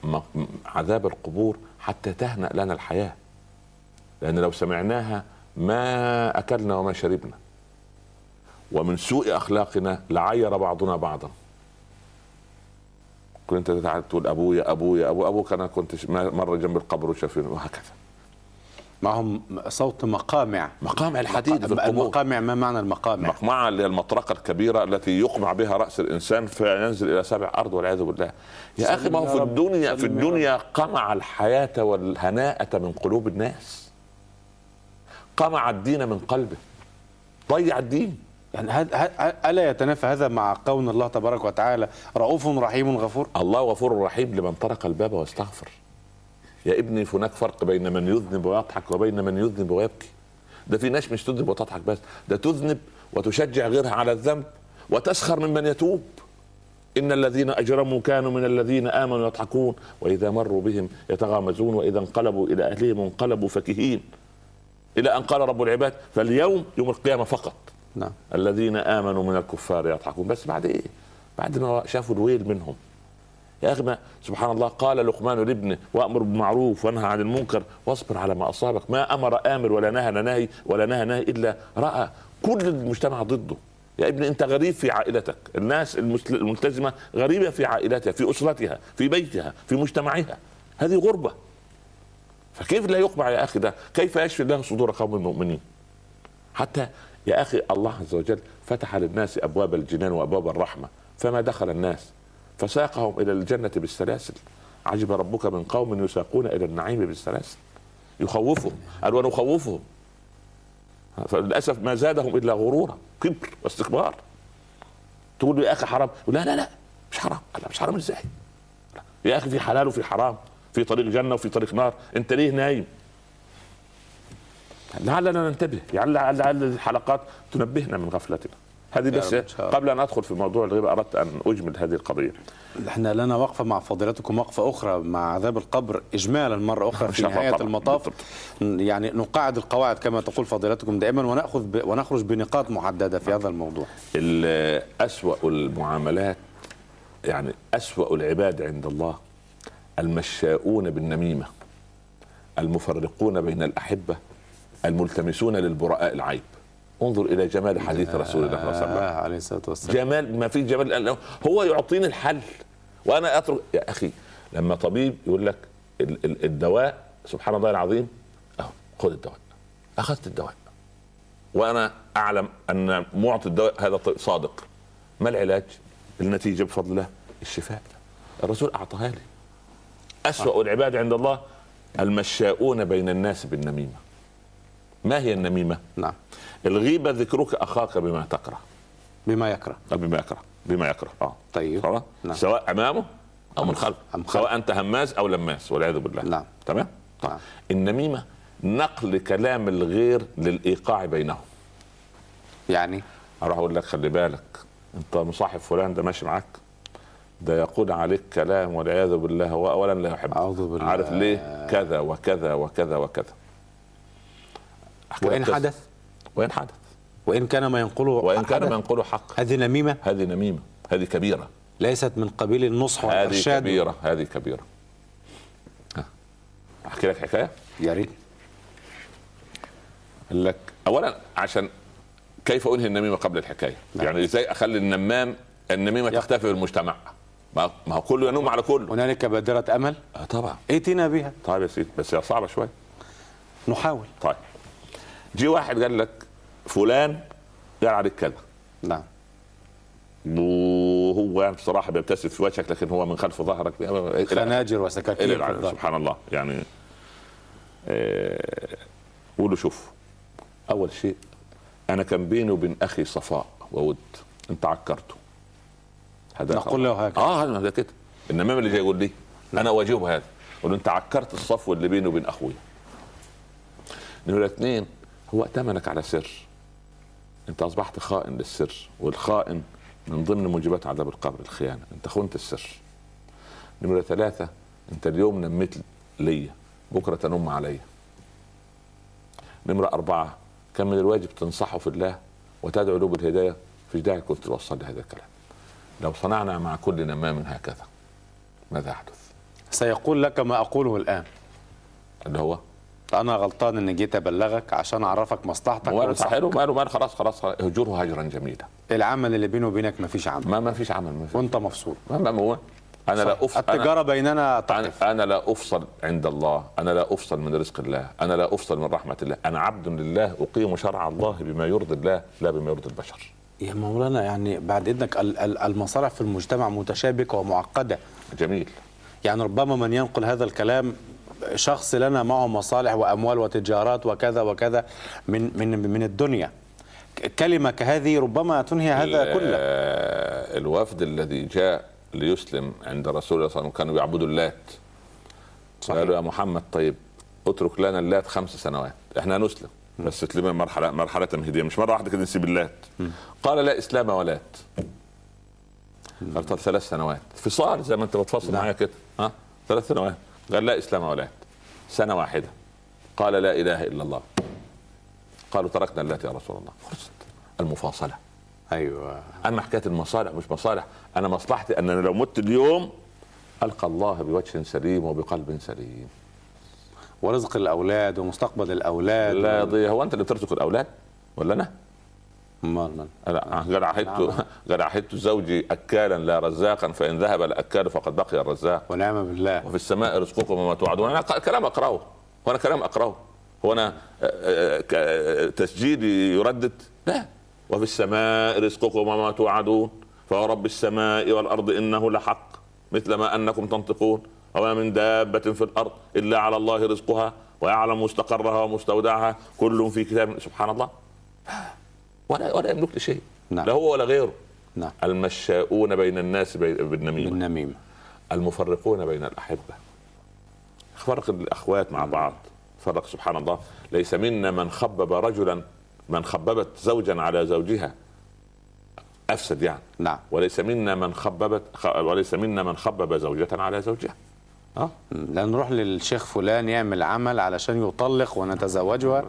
Speaker 3: م- م- عذاب القبور حتى تهنأ لنا الحياة لأن لو سمعناها ما أكلنا وما شربنا ومن سوء أخلاقنا لعير بعضنا بعضا كنت تتعب تقول أبويا أبويا أبو أبوك أنا كنت مر جنب القبر وشافيني وهكذا
Speaker 2: معهم صوت مقامع
Speaker 3: مقامع الحديد في القبور
Speaker 2: المقامع ما معنى المقامع؟
Speaker 3: المقمعة اللي هي المطرقة الكبيرة التي يقمع بها رأس الإنسان فينزل إلى سبع أرض والعياذ بالله يا أخي ما هو في الدنيا في الدنيا قمع الحياة والهناءة من قلوب الناس قمع الدين من قلبه ضيع الدين
Speaker 2: يعني هل هل الا يتنافى هذا مع كون الله تبارك وتعالى رؤوف رحيم غفور؟
Speaker 3: الله غفور رحيم لمن طرق الباب واستغفر يا ابني هناك فرق بين من يذنب ويضحك وبين من يذنب ويبكي ده في ناس مش تذنب وتضحك بس ده تذنب وتشجع غيرها على الذنب وتسخر ممن يتوب إن الذين أجرموا كانوا من الذين آمنوا يضحكون وإذا مروا بهم يتغامزون وإذا انقلبوا إلى أهلهم انقلبوا فكهين إلى أن قال رب العباد فاليوم يوم القيامة فقط
Speaker 2: نعم
Speaker 3: الذين امنوا من الكفار يضحكون بس بعد ايه؟ بعد ما شافوا الويل منهم يا اخي ما سبحان الله قال لقمان لابنه وامر بالمعروف وانهى عن المنكر واصبر على ما اصابك ما امر امر ولا نهى ناهي ولا نهى ناهي الا راى كل المجتمع ضده يا ابني انت غريب في عائلتك الناس المسل- الملتزمه غريبه في عائلتها في اسرتها في بيتها في مجتمعها هذه غربه فكيف لا يقمع يا اخي ده كيف يشفي الله صدور قوم المؤمنين حتى يا اخي الله عز وجل فتح للناس ابواب الجنان وابواب الرحمه فما دخل الناس فساقهم الى الجنه بالسلاسل عجب ربك من قوم يساقون الى النعيم بالسلاسل يخوفهم قال ونخوفهم فللاسف ما زادهم الا غرورا كبر واستكبار تقول له يا اخي حرام يقول لا لا لا مش حرام قال لا مش حرام ازاي يا اخي في حلال وفي حرام في طريق جنه وفي طريق نار انت ليه نايم لعلنا ننتبه يعني لعل لعل الحلقات تنبهنا من غفلتنا هذه بس
Speaker 2: رب إن شاء الله.
Speaker 3: قبل ان ادخل في موضوع الغيبه اردت ان اجمل هذه القضيه
Speaker 2: احنا لنا وقفه مع فضيلتكم وقفه اخرى مع عذاب القبر اجمالا مره اخرى في
Speaker 3: شاء الله
Speaker 2: نهايه
Speaker 3: طبعاً.
Speaker 2: المطاف يعني نقاعد القواعد كما تقول فضيلتكم دائما وناخذ ب... ونخرج بنقاط محدده في هذا الموضوع.
Speaker 3: ال- أسوأ المعاملات يعني أسوأ العباد عند الله المشاؤون بالنميمة المفرقون بين الأحبة الملتمسون للبراء العيب انظر إلى جمال حديث رسول الله صلى الله عليه وسلم
Speaker 2: آه عليه الصلاه والسلام.
Speaker 3: جمال ما في جمال هو يعطيني الحل وانا اترك يا اخي لما طبيب يقول لك ال- ال- الدواء سبحان الله العظيم اهو خد الدواء اخذت الدواء وانا اعلم ان معطي الدواء هذا طي- صادق ما العلاج؟ النتيجه بفضل الله الشفاء الرسول اعطاها لي اسوأ العباد عند الله المشاؤون بين الناس بالنميمه ما هي النميمه؟
Speaker 2: نعم
Speaker 3: الغيبه ذكرك اخاك بما تكره
Speaker 2: بما يكره.
Speaker 3: أو طيب، بما يكره بما يكره اه
Speaker 2: طيب.
Speaker 3: خلاص
Speaker 2: نعم.
Speaker 3: سواء امامه او من خلفه
Speaker 2: أم خلفه.
Speaker 3: سواء انت هماز او لماس والعياذ بالله
Speaker 2: نعم.
Speaker 3: تمام طيب.
Speaker 2: نعم.
Speaker 3: النميمه نقل كلام الغير للايقاع بينهم
Speaker 2: يعني
Speaker 3: اروح اقول لك خلي بالك انت مصاحب فلان ده ماشي معاك ده يقول عليك كلام والعياذ بالله هو اولا لا يحبك
Speaker 2: أعوذ بالله.
Speaker 3: عارف ليه كذا وكذا وكذا وكذا
Speaker 2: وان حدث
Speaker 3: وان حدث
Speaker 2: وان كان ما ينقله
Speaker 3: وان كان
Speaker 2: حدث،
Speaker 3: منقوله حق
Speaker 2: هذه نميمه
Speaker 3: هذه نميمه هذه كبيره
Speaker 2: ليست من قبيل النصح
Speaker 3: هذه
Speaker 2: والارشاد
Speaker 3: كبيرة هذه كبيرة ها. أحكي لك حكاية
Speaker 2: يا ريت
Speaker 3: قال لك أولا عشان كيف أنهي النميمة قبل الحكاية
Speaker 2: نعم.
Speaker 3: يعني إزاي أخلي النمام النميمة
Speaker 2: يقف.
Speaker 3: تختفي في المجتمع ما ما هو كله ينوم على كله
Speaker 2: هنالك بادره امل
Speaker 3: آه طبعا
Speaker 2: ائتنا بها
Speaker 3: طيب يا سيدي بس هي صعبة شوية
Speaker 2: نحاول
Speaker 3: طيب جه واحد قال لك فلان قال عليك كذا
Speaker 2: نعم
Speaker 3: وهو يعني بصراحة بيبتسم في وجهك لكن هو من خلف ظهرك إلى-
Speaker 2: خناجر
Speaker 3: الى
Speaker 2: وسكاكين في
Speaker 3: العالم
Speaker 2: الظهر.
Speaker 3: سبحان الله يعني آه، قولوا شوف اول شيء انا كان بيني وبين اخي صفاء وود انت عكرته آه، هذا
Speaker 2: نقول له هكذا. نعم.
Speaker 3: اه هذا كده النمام اللي جاي يقول لي انا اواجهه هذا اقول له انت عكرت الصفو اللي بيني وبين اخويا نمرة اثنين هو ائتمنك على سر انت اصبحت خائن للسر والخائن من ضمن موجبات عذاب القبر الخيانه انت خنت السر نمرة ثلاثة انت اليوم نميت ليا بكرة تنم عليا نمرة أربعة كان من الواجب تنصحه في الله وتدعو له بالهداية في داعي كنت توصل لهذا الكلام لو صنعنا مع كل نمام هكذا ماذا يحدث
Speaker 2: سيقول لك ما اقوله الان
Speaker 3: اللي هو
Speaker 2: انا غلطان ان جيت ابلغك عشان اعرفك مصلحتك
Speaker 3: هو
Speaker 2: وصح-
Speaker 3: صحيح ما قالوا خلاص خلاص خلاص، هجره هجرا جميلا
Speaker 2: العمل اللي بيني وبينك مفيش عمل
Speaker 3: ما ما فيش عمل ما فيش
Speaker 2: وانت مبسوط
Speaker 3: ما ما هو انا لا افصل أنا,
Speaker 2: التجاره بيننا
Speaker 3: أنا,
Speaker 2: تقف
Speaker 3: انا لا افصل عند الله انا لا افصل من رزق الله انا لا افصل من رحمه الله انا عبد لله اقيم شرع الله بما يرضي الله لا بما يرضي البشر
Speaker 2: يا مولانا يعني بعد اذنك ال- ال- المصالح في المجتمع متشابكه ومعقده
Speaker 3: جميل
Speaker 2: يعني ربما من ينقل هذا الكلام شخص لنا معه مصالح واموال وتجارات وكذا وكذا من من من الدنيا ك- كلمه كهذه ربما تنهي هذا
Speaker 3: ال-
Speaker 2: كله
Speaker 3: آه، الوفد الذي جاء ليسلم عند رسول الله صلى الله عليه وسلم كانوا يعبدوا اللات قالوا يا محمد طيب اترك لنا اللات خمس سنوات احنا هنسلم بس تسلمها مرحله مرحله تمهيديه مش مره واحده كده نسيب اللات قال لا اسلام ولات قال طب ثلاث سنوات فصال زي ما انت بتفصل
Speaker 2: نعم.
Speaker 3: معايا كده ها ثلاث سنوات قال لا اسلام ولات سنه واحده قال لا اله الا الله قالوا تركنا اللات يا رسول الله خلصت المفاصله
Speaker 2: ايوه
Speaker 3: اما حكايه المصالح مش مصالح انا مصلحتي ان انا لو مت اليوم القى الله بوجه سليم وبقلب سليم
Speaker 2: ورزق الاولاد ومستقبل الاولاد
Speaker 3: لا يضيع هو انت اللي بترزق الاولاد ولا انا؟
Speaker 2: امال من
Speaker 3: لا قد عهدت قد عهدت زوجي اكالا لا رزاقا فان ذهب الاكال فقد بقي الرزاق
Speaker 2: ونعم بالله
Speaker 3: وفي السماء رزقكم وما توعدون انا ق- كلام اقراه وانا كلام اقراه هو انا آه، آه، ك- آه، تسجيلي يردد لا وفي السماء رزقكم وما توعدون فورب السماء والارض انه لحق مثل ما انكم تنطقون وما من دابه في الارض الا على الله رزقها ويعلم مستقرها ومستودعها كل في كتاب سبحان الله ولا ولا يملك لي شيء
Speaker 2: نعم.
Speaker 3: لا هو ولا غيره
Speaker 2: نعم
Speaker 3: المشاؤون بين الناس بي- بالنميمه
Speaker 2: بالنميمه
Speaker 3: المفرقون بين الأحبة فرق الأخوات مع بعض فرق سبحان الله ليس منا من خبب رجلا من خببت زوجا على زوجها أفسد يعني
Speaker 2: نعم
Speaker 3: وليس منا من خببت خ... وليس منا من خبب زوجة على زوجها أه؟
Speaker 2: لا نروح للشيخ فلان يعمل عمل علشان يطلق ونتزوجها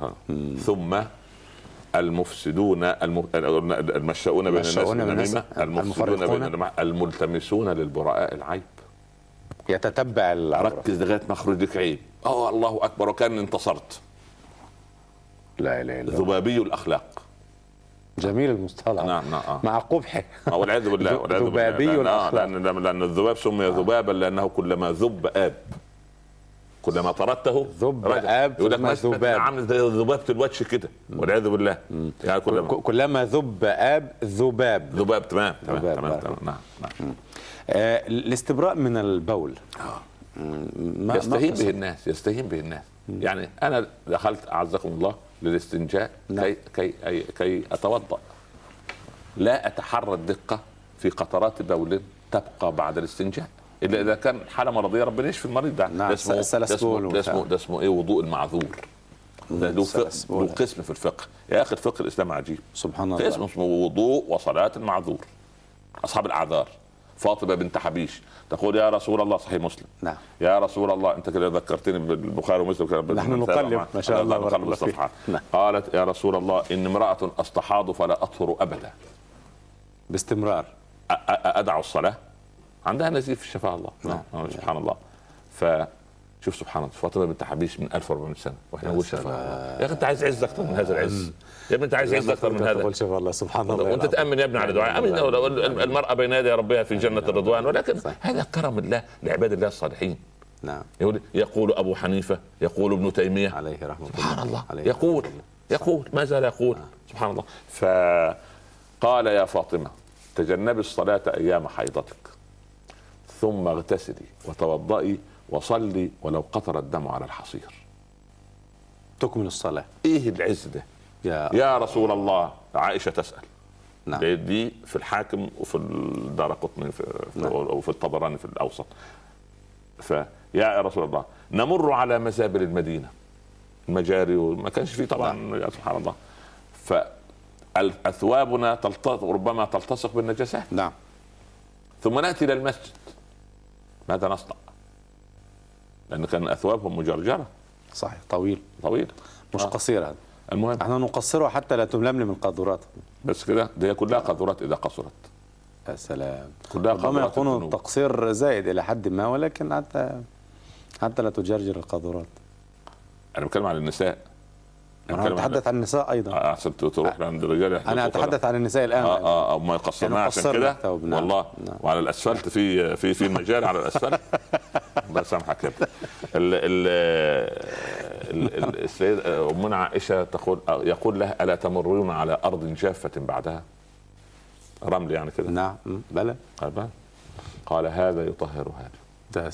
Speaker 3: آه. ثم المفسدون الم... المشاؤون بين الناس
Speaker 2: المشاؤون بين الناس، آه.
Speaker 3: بالنميمة المفسدون بين
Speaker 2: المفرقون.
Speaker 3: النمع- الملتمسون للبراء العيب
Speaker 2: يتتبع العبرة
Speaker 3: ركز لغايه ما اخرجك عيب اه الله اكبر وكان انتصرت
Speaker 2: لا اله الا الله
Speaker 3: ذبابي الاخلاق
Speaker 2: جميل المصطلح
Speaker 3: نعم، نعم، آه.
Speaker 2: مع قبحه
Speaker 3: والعياذ بالله
Speaker 2: ذ-
Speaker 3: والعياذ بالله.
Speaker 2: ذبابي
Speaker 3: لأن- آه،
Speaker 2: الأخلاق.
Speaker 3: لأن, لأن, لان الذباب سمي ذبابا لانه كلما ذب اب كلما طردته
Speaker 2: ذب
Speaker 3: رجع.
Speaker 2: آب
Speaker 3: يقول لك
Speaker 2: ثم
Speaker 3: مثبت
Speaker 2: ذباب.
Speaker 3: عامل زي ذبابه الوجه كده والعياذ بالله يعني كلما
Speaker 2: ك- كلما ذب اب ذباب
Speaker 3: ذباب تمام تمام
Speaker 2: ذباب،
Speaker 3: تمام
Speaker 2: بارك
Speaker 3: تمام نعم نعم
Speaker 2: آه، الاستبراء من البول م- ما- ما
Speaker 3: آه. يستهين
Speaker 2: قصة.
Speaker 3: به الناس يستهين به الناس يعني انا دخلت اعزكم الله للاستنجاء
Speaker 2: نعم.
Speaker 3: كي كي أي- كي اتوضا لا اتحرى الدقه في قطرات بول تبقى بعد الاستنجاء الا اذا كان حاله مرضيه ربنا يشفي المريض ده
Speaker 2: نعم،
Speaker 3: ده اسمه ده اسمه-
Speaker 2: سلسبول
Speaker 3: ده اسمه
Speaker 2: وبتاع.
Speaker 3: ده اسمه ايه وضوء المعذور ده له فقه-
Speaker 2: سلسبول.
Speaker 3: له قسم في الفقه يا اخي الفقه الاسلام عجيب
Speaker 2: سبحان
Speaker 3: في اسمه
Speaker 2: الله
Speaker 3: اسمه وضوء وصلاة المعذور أصحاب الأعذار فاطمة بنت حبيش تقول يا رسول الله صحيح مسلم
Speaker 2: نعم.
Speaker 3: يا رسول الله أنت كده ذكرتني بالبخاري ومسلم كده
Speaker 2: نحن
Speaker 3: بالمثال
Speaker 2: نقلب،
Speaker 3: مع-
Speaker 2: ما شاء الله بارك
Speaker 3: نقلب
Speaker 2: الله فيك.
Speaker 3: الصفحات
Speaker 2: نعم.
Speaker 3: قالت يا رسول الله إن امرأة أستحاض فلا أطهر أبدا
Speaker 2: باستمرار
Speaker 3: أ- أ- أدع الصلاة عندها نزيف في شفاء الله
Speaker 2: نعم.
Speaker 3: نعم. سبحان الله ف شوف سبحان الله فاطمه بنت حبيش من 1400 سنه واحنا
Speaker 2: يا
Speaker 3: نقول شفاء
Speaker 2: سلام. أمم.
Speaker 3: الله يا اخي انت عايز عز اكتر من هذا العز يا ابني انت عايز عز اكتر من هذا
Speaker 2: تقول شوف الله سبحان الله
Speaker 3: وانت
Speaker 2: يا رب.
Speaker 3: تامن يا ابني على دعاء امن لو- لو المراه بين يدي ربها في جنه الرضوان ولكن هذا كرم الله لعباد الله الصالحين
Speaker 2: نعم
Speaker 3: يقول يقول ابو حنيفه يقول ابن تيميه
Speaker 2: عليه رحمه الله
Speaker 3: سبحان الله
Speaker 2: عليه
Speaker 3: يقول
Speaker 2: رحمة الله.
Speaker 3: يقول ما زال يقول سبحان الله آه. فقال يا فاطمه تجنبي الصلاه ايام حيضتك ثم اغتسلي وتوضئي وصلي ولو قطر الدم على الحصير
Speaker 2: تكمل الصلاه
Speaker 3: ايه العز ده
Speaker 2: يا
Speaker 3: يا رسول الله عائشه تسال
Speaker 2: نعم.
Speaker 3: لأن دي في الحاكم وفي الدار قطني في في-
Speaker 2: نعم.
Speaker 3: وفي الطبراني في الاوسط فيا يا رسول الله نمر على مزابل المدينه المجاري وما كانش فيه طبعا
Speaker 2: نعم.
Speaker 3: يا سبحان الله فاثوابنا تلتصق ربما تلتصق بالنجاسات
Speaker 2: نعم
Speaker 3: ثم ناتي الى المسجد ماذا نصنع؟ لان كان اثوابهم مجرجره
Speaker 2: صحيح طويل
Speaker 3: طويله
Speaker 2: مش
Speaker 3: آه.
Speaker 2: قصيرة
Speaker 3: المهم
Speaker 2: احنا نقصرها حتى لا تململم القاذورات
Speaker 3: بس كده دي كلها قاذورات اذا قصرت
Speaker 2: يا سلام
Speaker 3: كلها
Speaker 2: ربما
Speaker 3: قاذورات
Speaker 2: يكون
Speaker 3: الذنوب.
Speaker 2: التقصير زائد الى حد ما ولكن حتى حتى لا تجرجر القاذورات
Speaker 3: انا بتكلم عن النساء
Speaker 2: انا اتحدث عن النساء ايضا
Speaker 3: آه، احسن تروح عند الرجال
Speaker 2: انا اتحدث عن النساء الان
Speaker 3: اه اه او ما
Speaker 2: يعني
Speaker 3: يقصرنا عشان
Speaker 2: قصرنا
Speaker 3: كده
Speaker 2: الثوب، نعم.
Speaker 3: والله
Speaker 2: نعم.
Speaker 3: وعلى الاسفلت في في في المجال على الاسفلت الله يسامحك يا ابني. ال ال ال- ال- السيد امنا عائشه تقول آه، يقول لها الا تمرون على ارض جافه بعدها رمل يعني كده
Speaker 2: نعم م، بلى
Speaker 3: قال بلى. قال هذا يطهر هذا
Speaker 2: ده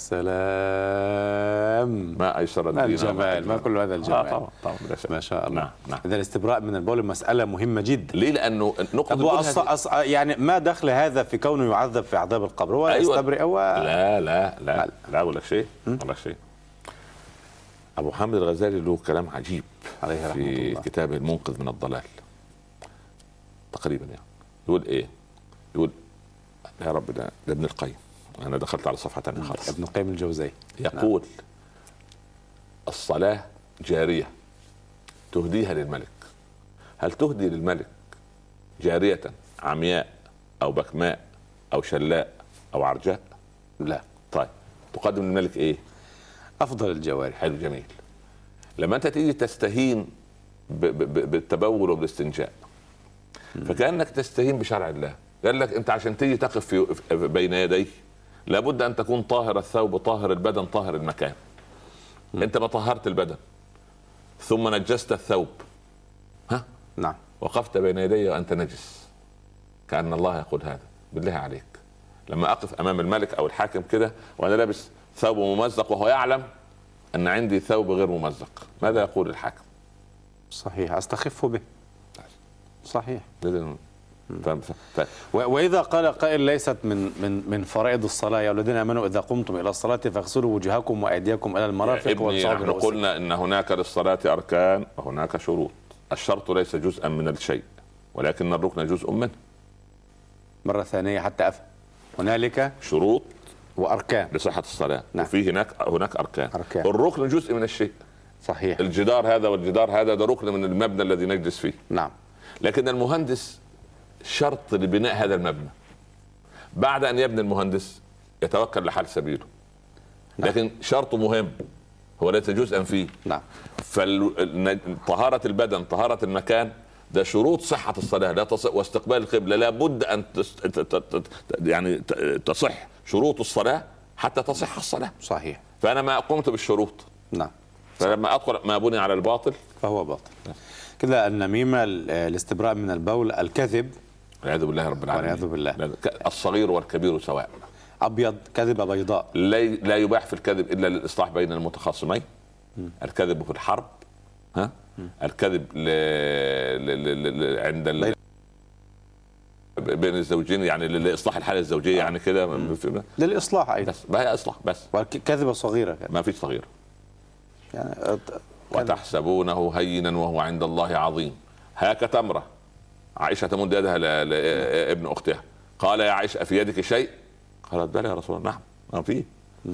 Speaker 2: سلام
Speaker 3: ما ايسر
Speaker 2: ما
Speaker 3: الدين
Speaker 2: الجمال ما كل هذا
Speaker 3: الجمال
Speaker 2: الجمال
Speaker 3: نعم. آه طبعا طبعا بلا شك
Speaker 2: ما شاء الله
Speaker 3: نعم نعم
Speaker 2: اذا الاستبراء من البول مساله مهمه جدا
Speaker 3: ليه لانه نقطه
Speaker 2: طب هو
Speaker 3: الجهل
Speaker 2: أص... أص... يعني ما دخل هذا في كونه يعذب في عذاب القبر هو
Speaker 3: أيوة.
Speaker 2: يستبرئ هو
Speaker 3: لا لا لا
Speaker 2: لا.
Speaker 3: لا اقول لك شيء اقول لك شيء ابو حامد الغزالي له كلام عجيب
Speaker 2: عليه رحمة
Speaker 3: في
Speaker 2: الله.
Speaker 3: كتابه المنقذ من الضلال تقريبا يعني يقول ايه يقول يا رب ده, ده ابن القيم انا دخلت على صفحه ثانيه خالص
Speaker 2: ابن القيم الجوزي
Speaker 3: يقول الصلاه جاريه تهديها للملك هل تهدي للملك جاريه عمياء او بكماء او شلاء او عرجاء
Speaker 2: لا
Speaker 3: طيب تقدم للملك ايه؟
Speaker 2: افضل الجوارح
Speaker 3: حلو جميل لما انت تيجي تستهين ب- ب- ب- بالتبول وبالاستنجاء فكانك تستهين بشرع الله قال لك انت عشان تيجي تقف في في- بين يدي لابد ان تكون طاهر الثوب طاهر البدن طاهر المكان انت ما طهرت البدن ثم نجست الثوب ها
Speaker 2: نعم
Speaker 3: وقفت بين يدي وانت نجس كان الله يقول هذا بالله عليك لما اقف امام الملك او الحاكم كده وانا لابس ثوب ممزق وهو يعلم ان عندي ثوب غير ممزق ماذا يقول الحاكم
Speaker 2: صحيح استخف به صحيح
Speaker 3: لازم- ف- ف- ف-
Speaker 2: و- واذا قال قائل ليست من من من فرائض الصلاه يا الذين امنوا اذا قمتم الى الصلاه فاغسلوا وجوهكم وايديكم الى
Speaker 3: يا
Speaker 2: المرافق
Speaker 3: ابني
Speaker 2: والصواب
Speaker 3: نحن قلنا ان هناك للصلاه اركان وهناك شروط الشرط ليس جزءا من الشيء ولكن الركن جزء منه
Speaker 2: مره ثانيه حتى افهم هنالك
Speaker 3: شروط
Speaker 2: واركان
Speaker 3: لصحه الصلاه
Speaker 2: نعم.
Speaker 3: وفي هناك هناك اركان
Speaker 2: أركان.
Speaker 3: الركن جزء من الشيء
Speaker 2: صحيح
Speaker 3: الجدار هذا والجدار هذا ده ركن من المبنى الذي نجلس فيه
Speaker 2: نعم
Speaker 3: لكن المهندس شرط لبناء هذا المبنى بعد ان يبني المهندس يتوكل لحال سبيله لكن شرطه مهم هو ليس جزءا فيه
Speaker 2: نعم
Speaker 3: فطهارة البدن طهارة المكان ده شروط صحة الصلاة لا تصح واستقبال القبلة لابد أن تس... ت- ت- ت- يعني ت- تصح شروط الصلاة حتى تصح الصلاة
Speaker 2: صحيح
Speaker 3: فأنا ما قمت بالشروط
Speaker 2: نعم
Speaker 3: فلما أدخل ما بني على الباطل
Speaker 2: فهو باطل كده النميمه ال- الاستبراء من البول الكذب
Speaker 3: والعياذ بالله رب العالمين
Speaker 2: والعياذ بالله.
Speaker 3: لا، ك- الصغير والكبير سواء
Speaker 2: ابيض كذبه بيضاء
Speaker 3: لا ي- لا يباح في الكذب الا للاصلاح بين المتخاصمين الكذب في الحرب ها الكذب ل... ل... ل... ل... عند ال... ب- بين الزوجين يعني ل- لاصلاح الحاله الزوجيه يعني كده في-
Speaker 2: للاصلاح ايضا
Speaker 3: بس ما هي اصلاح بس
Speaker 2: وكذبه صغيره كده.
Speaker 3: ما فيش صغير
Speaker 2: يعني أت-
Speaker 3: وتحسبونه هينا وهو عند الله عظيم هاك تمرة عائشة تمد يدها ل- لابن أختها قال يا عائشة في يدك شيء قالت بلى يا رسول الله نعم آه، في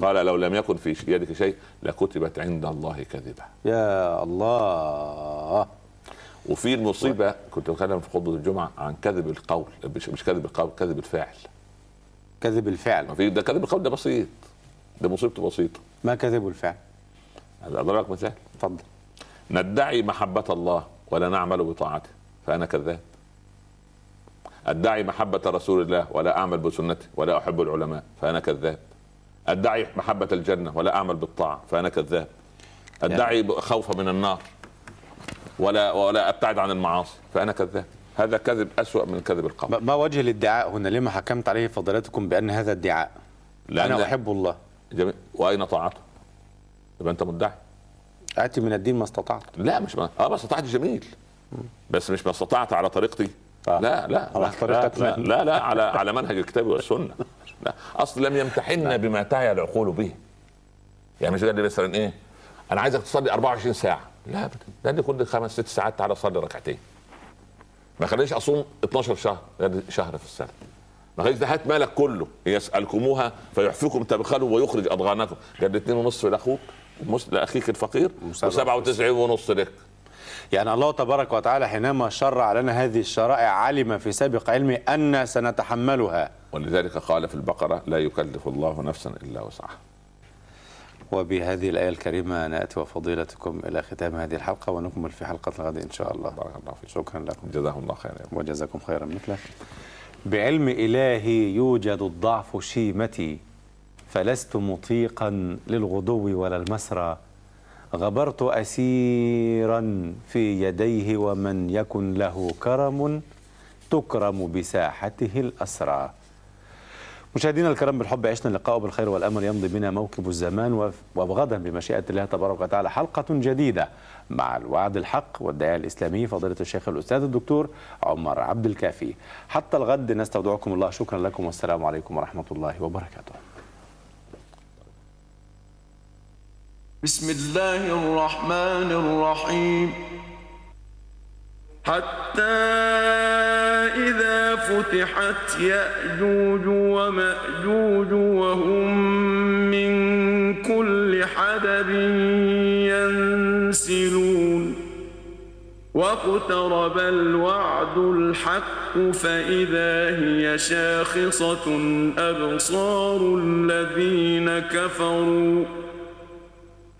Speaker 3: قال لو لم يكن في يدك شيء لكتبت عند الله كذبة
Speaker 2: يا الله
Speaker 3: وفي المصيبة كنت بتكلم في خطبة الجمعة عن كذب القول مش مش كذب القول كذب الفاعل
Speaker 2: كذب
Speaker 3: ما
Speaker 2: الفعل
Speaker 3: في ده كذب القول ده بسيط ده مصيبته بسيطة
Speaker 2: ما كذب الفعل
Speaker 3: أضرب لك مثال
Speaker 2: تفضل
Speaker 3: ندعي محبة الله ولا نعمل بطاعته فأنا كذاب أدعي محبة رسول الله ولا أعمل بسنته ولا أحب العلماء فأنا كذاب أدعي محبة الجنة ولا أعمل بالطاعة فأنا كذاب أدعي خوف من النار ولا ولا أبتعد عن المعاصي فأنا كذاب هذا كذب أسوأ من كذب القول
Speaker 2: ما- ما وجه الادعاء هنا لما حكمت عليه فضيلتكم بان هذا ادعاء
Speaker 3: لأن-
Speaker 2: انا احب الله
Speaker 3: جميل. وأين طاعته؟ يبقى أنت مدعي
Speaker 2: اتي من الدين ما استطعت
Speaker 3: آه، لا مش ما... اه ما استطعت جميل بس مش ما استطعت على طريقتي لا لا
Speaker 2: على
Speaker 3: لا
Speaker 2: طريقة
Speaker 3: لا,
Speaker 2: من؟
Speaker 3: لا لا على على منهج الكتاب والسنه لا اصل لم يمتحنا بما تعي العقول به يعني مش قال لي مثلا ايه انا عايزك تصلي 24 ساعه لا أبداً. ده لي كل خمس ست ساعات تعالى صلي ركعتين ما خلينيش اصوم 12 شهر ده لي شهر في السنه ما خليش ده هات مالك كله يسالكموها فيحفكم تبخلوا ويخرج اضغانكم قال لي اتنين ونص لاخوك مس- لاخيك الفقير وسبعة وتسعين ونص لك
Speaker 2: يعني الله تبارك وتعالى حينما شرع لنا هذه الشرائع علم في سابق علمه أن سنتحملها
Speaker 3: ولذلك قال في البقره لا يكلف الله نفسا الا وسعها
Speaker 2: وبهذه الآية الكريمة نأتي وفضيلتكم إلى ختام هذه الحلقة ونكمل في حلقة الغد إن شاء الله
Speaker 3: بارك الله فيك
Speaker 2: شكرا لكم
Speaker 3: جزاهم الله خيرا يا
Speaker 2: وجزاكم خيرا مثله بعلم إلهي يوجد الضعف شيمتي فلست مطيقا للغدو ولا المسرى غبرت أسيرا في يديه ومن يكن له كرم تكرم بساحته الأسرى مشاهدينا الكرام بالحب عشنا اللقاء بالخير والامل يمضي بنا موكب الزمان وف- وغدا بمشيئه الله تبارك وتعالى حلقه جديده مع الوعد الحق والداعيه الاسلامي فضيله الشيخ الاستاذ الدكتور عمر عبد الكافي حتى الغد نستودعكم الله شكرا لكم والسلام عليكم ورحمه الله وبركاته
Speaker 1: بسم الله الرحمن الرحيم حتى إذا فتحت يأجوج ومأجوج وهم من كل حدب ينسلون واقترب الوعد الحق فإذا هي شاخصة أبصار الذين كفروا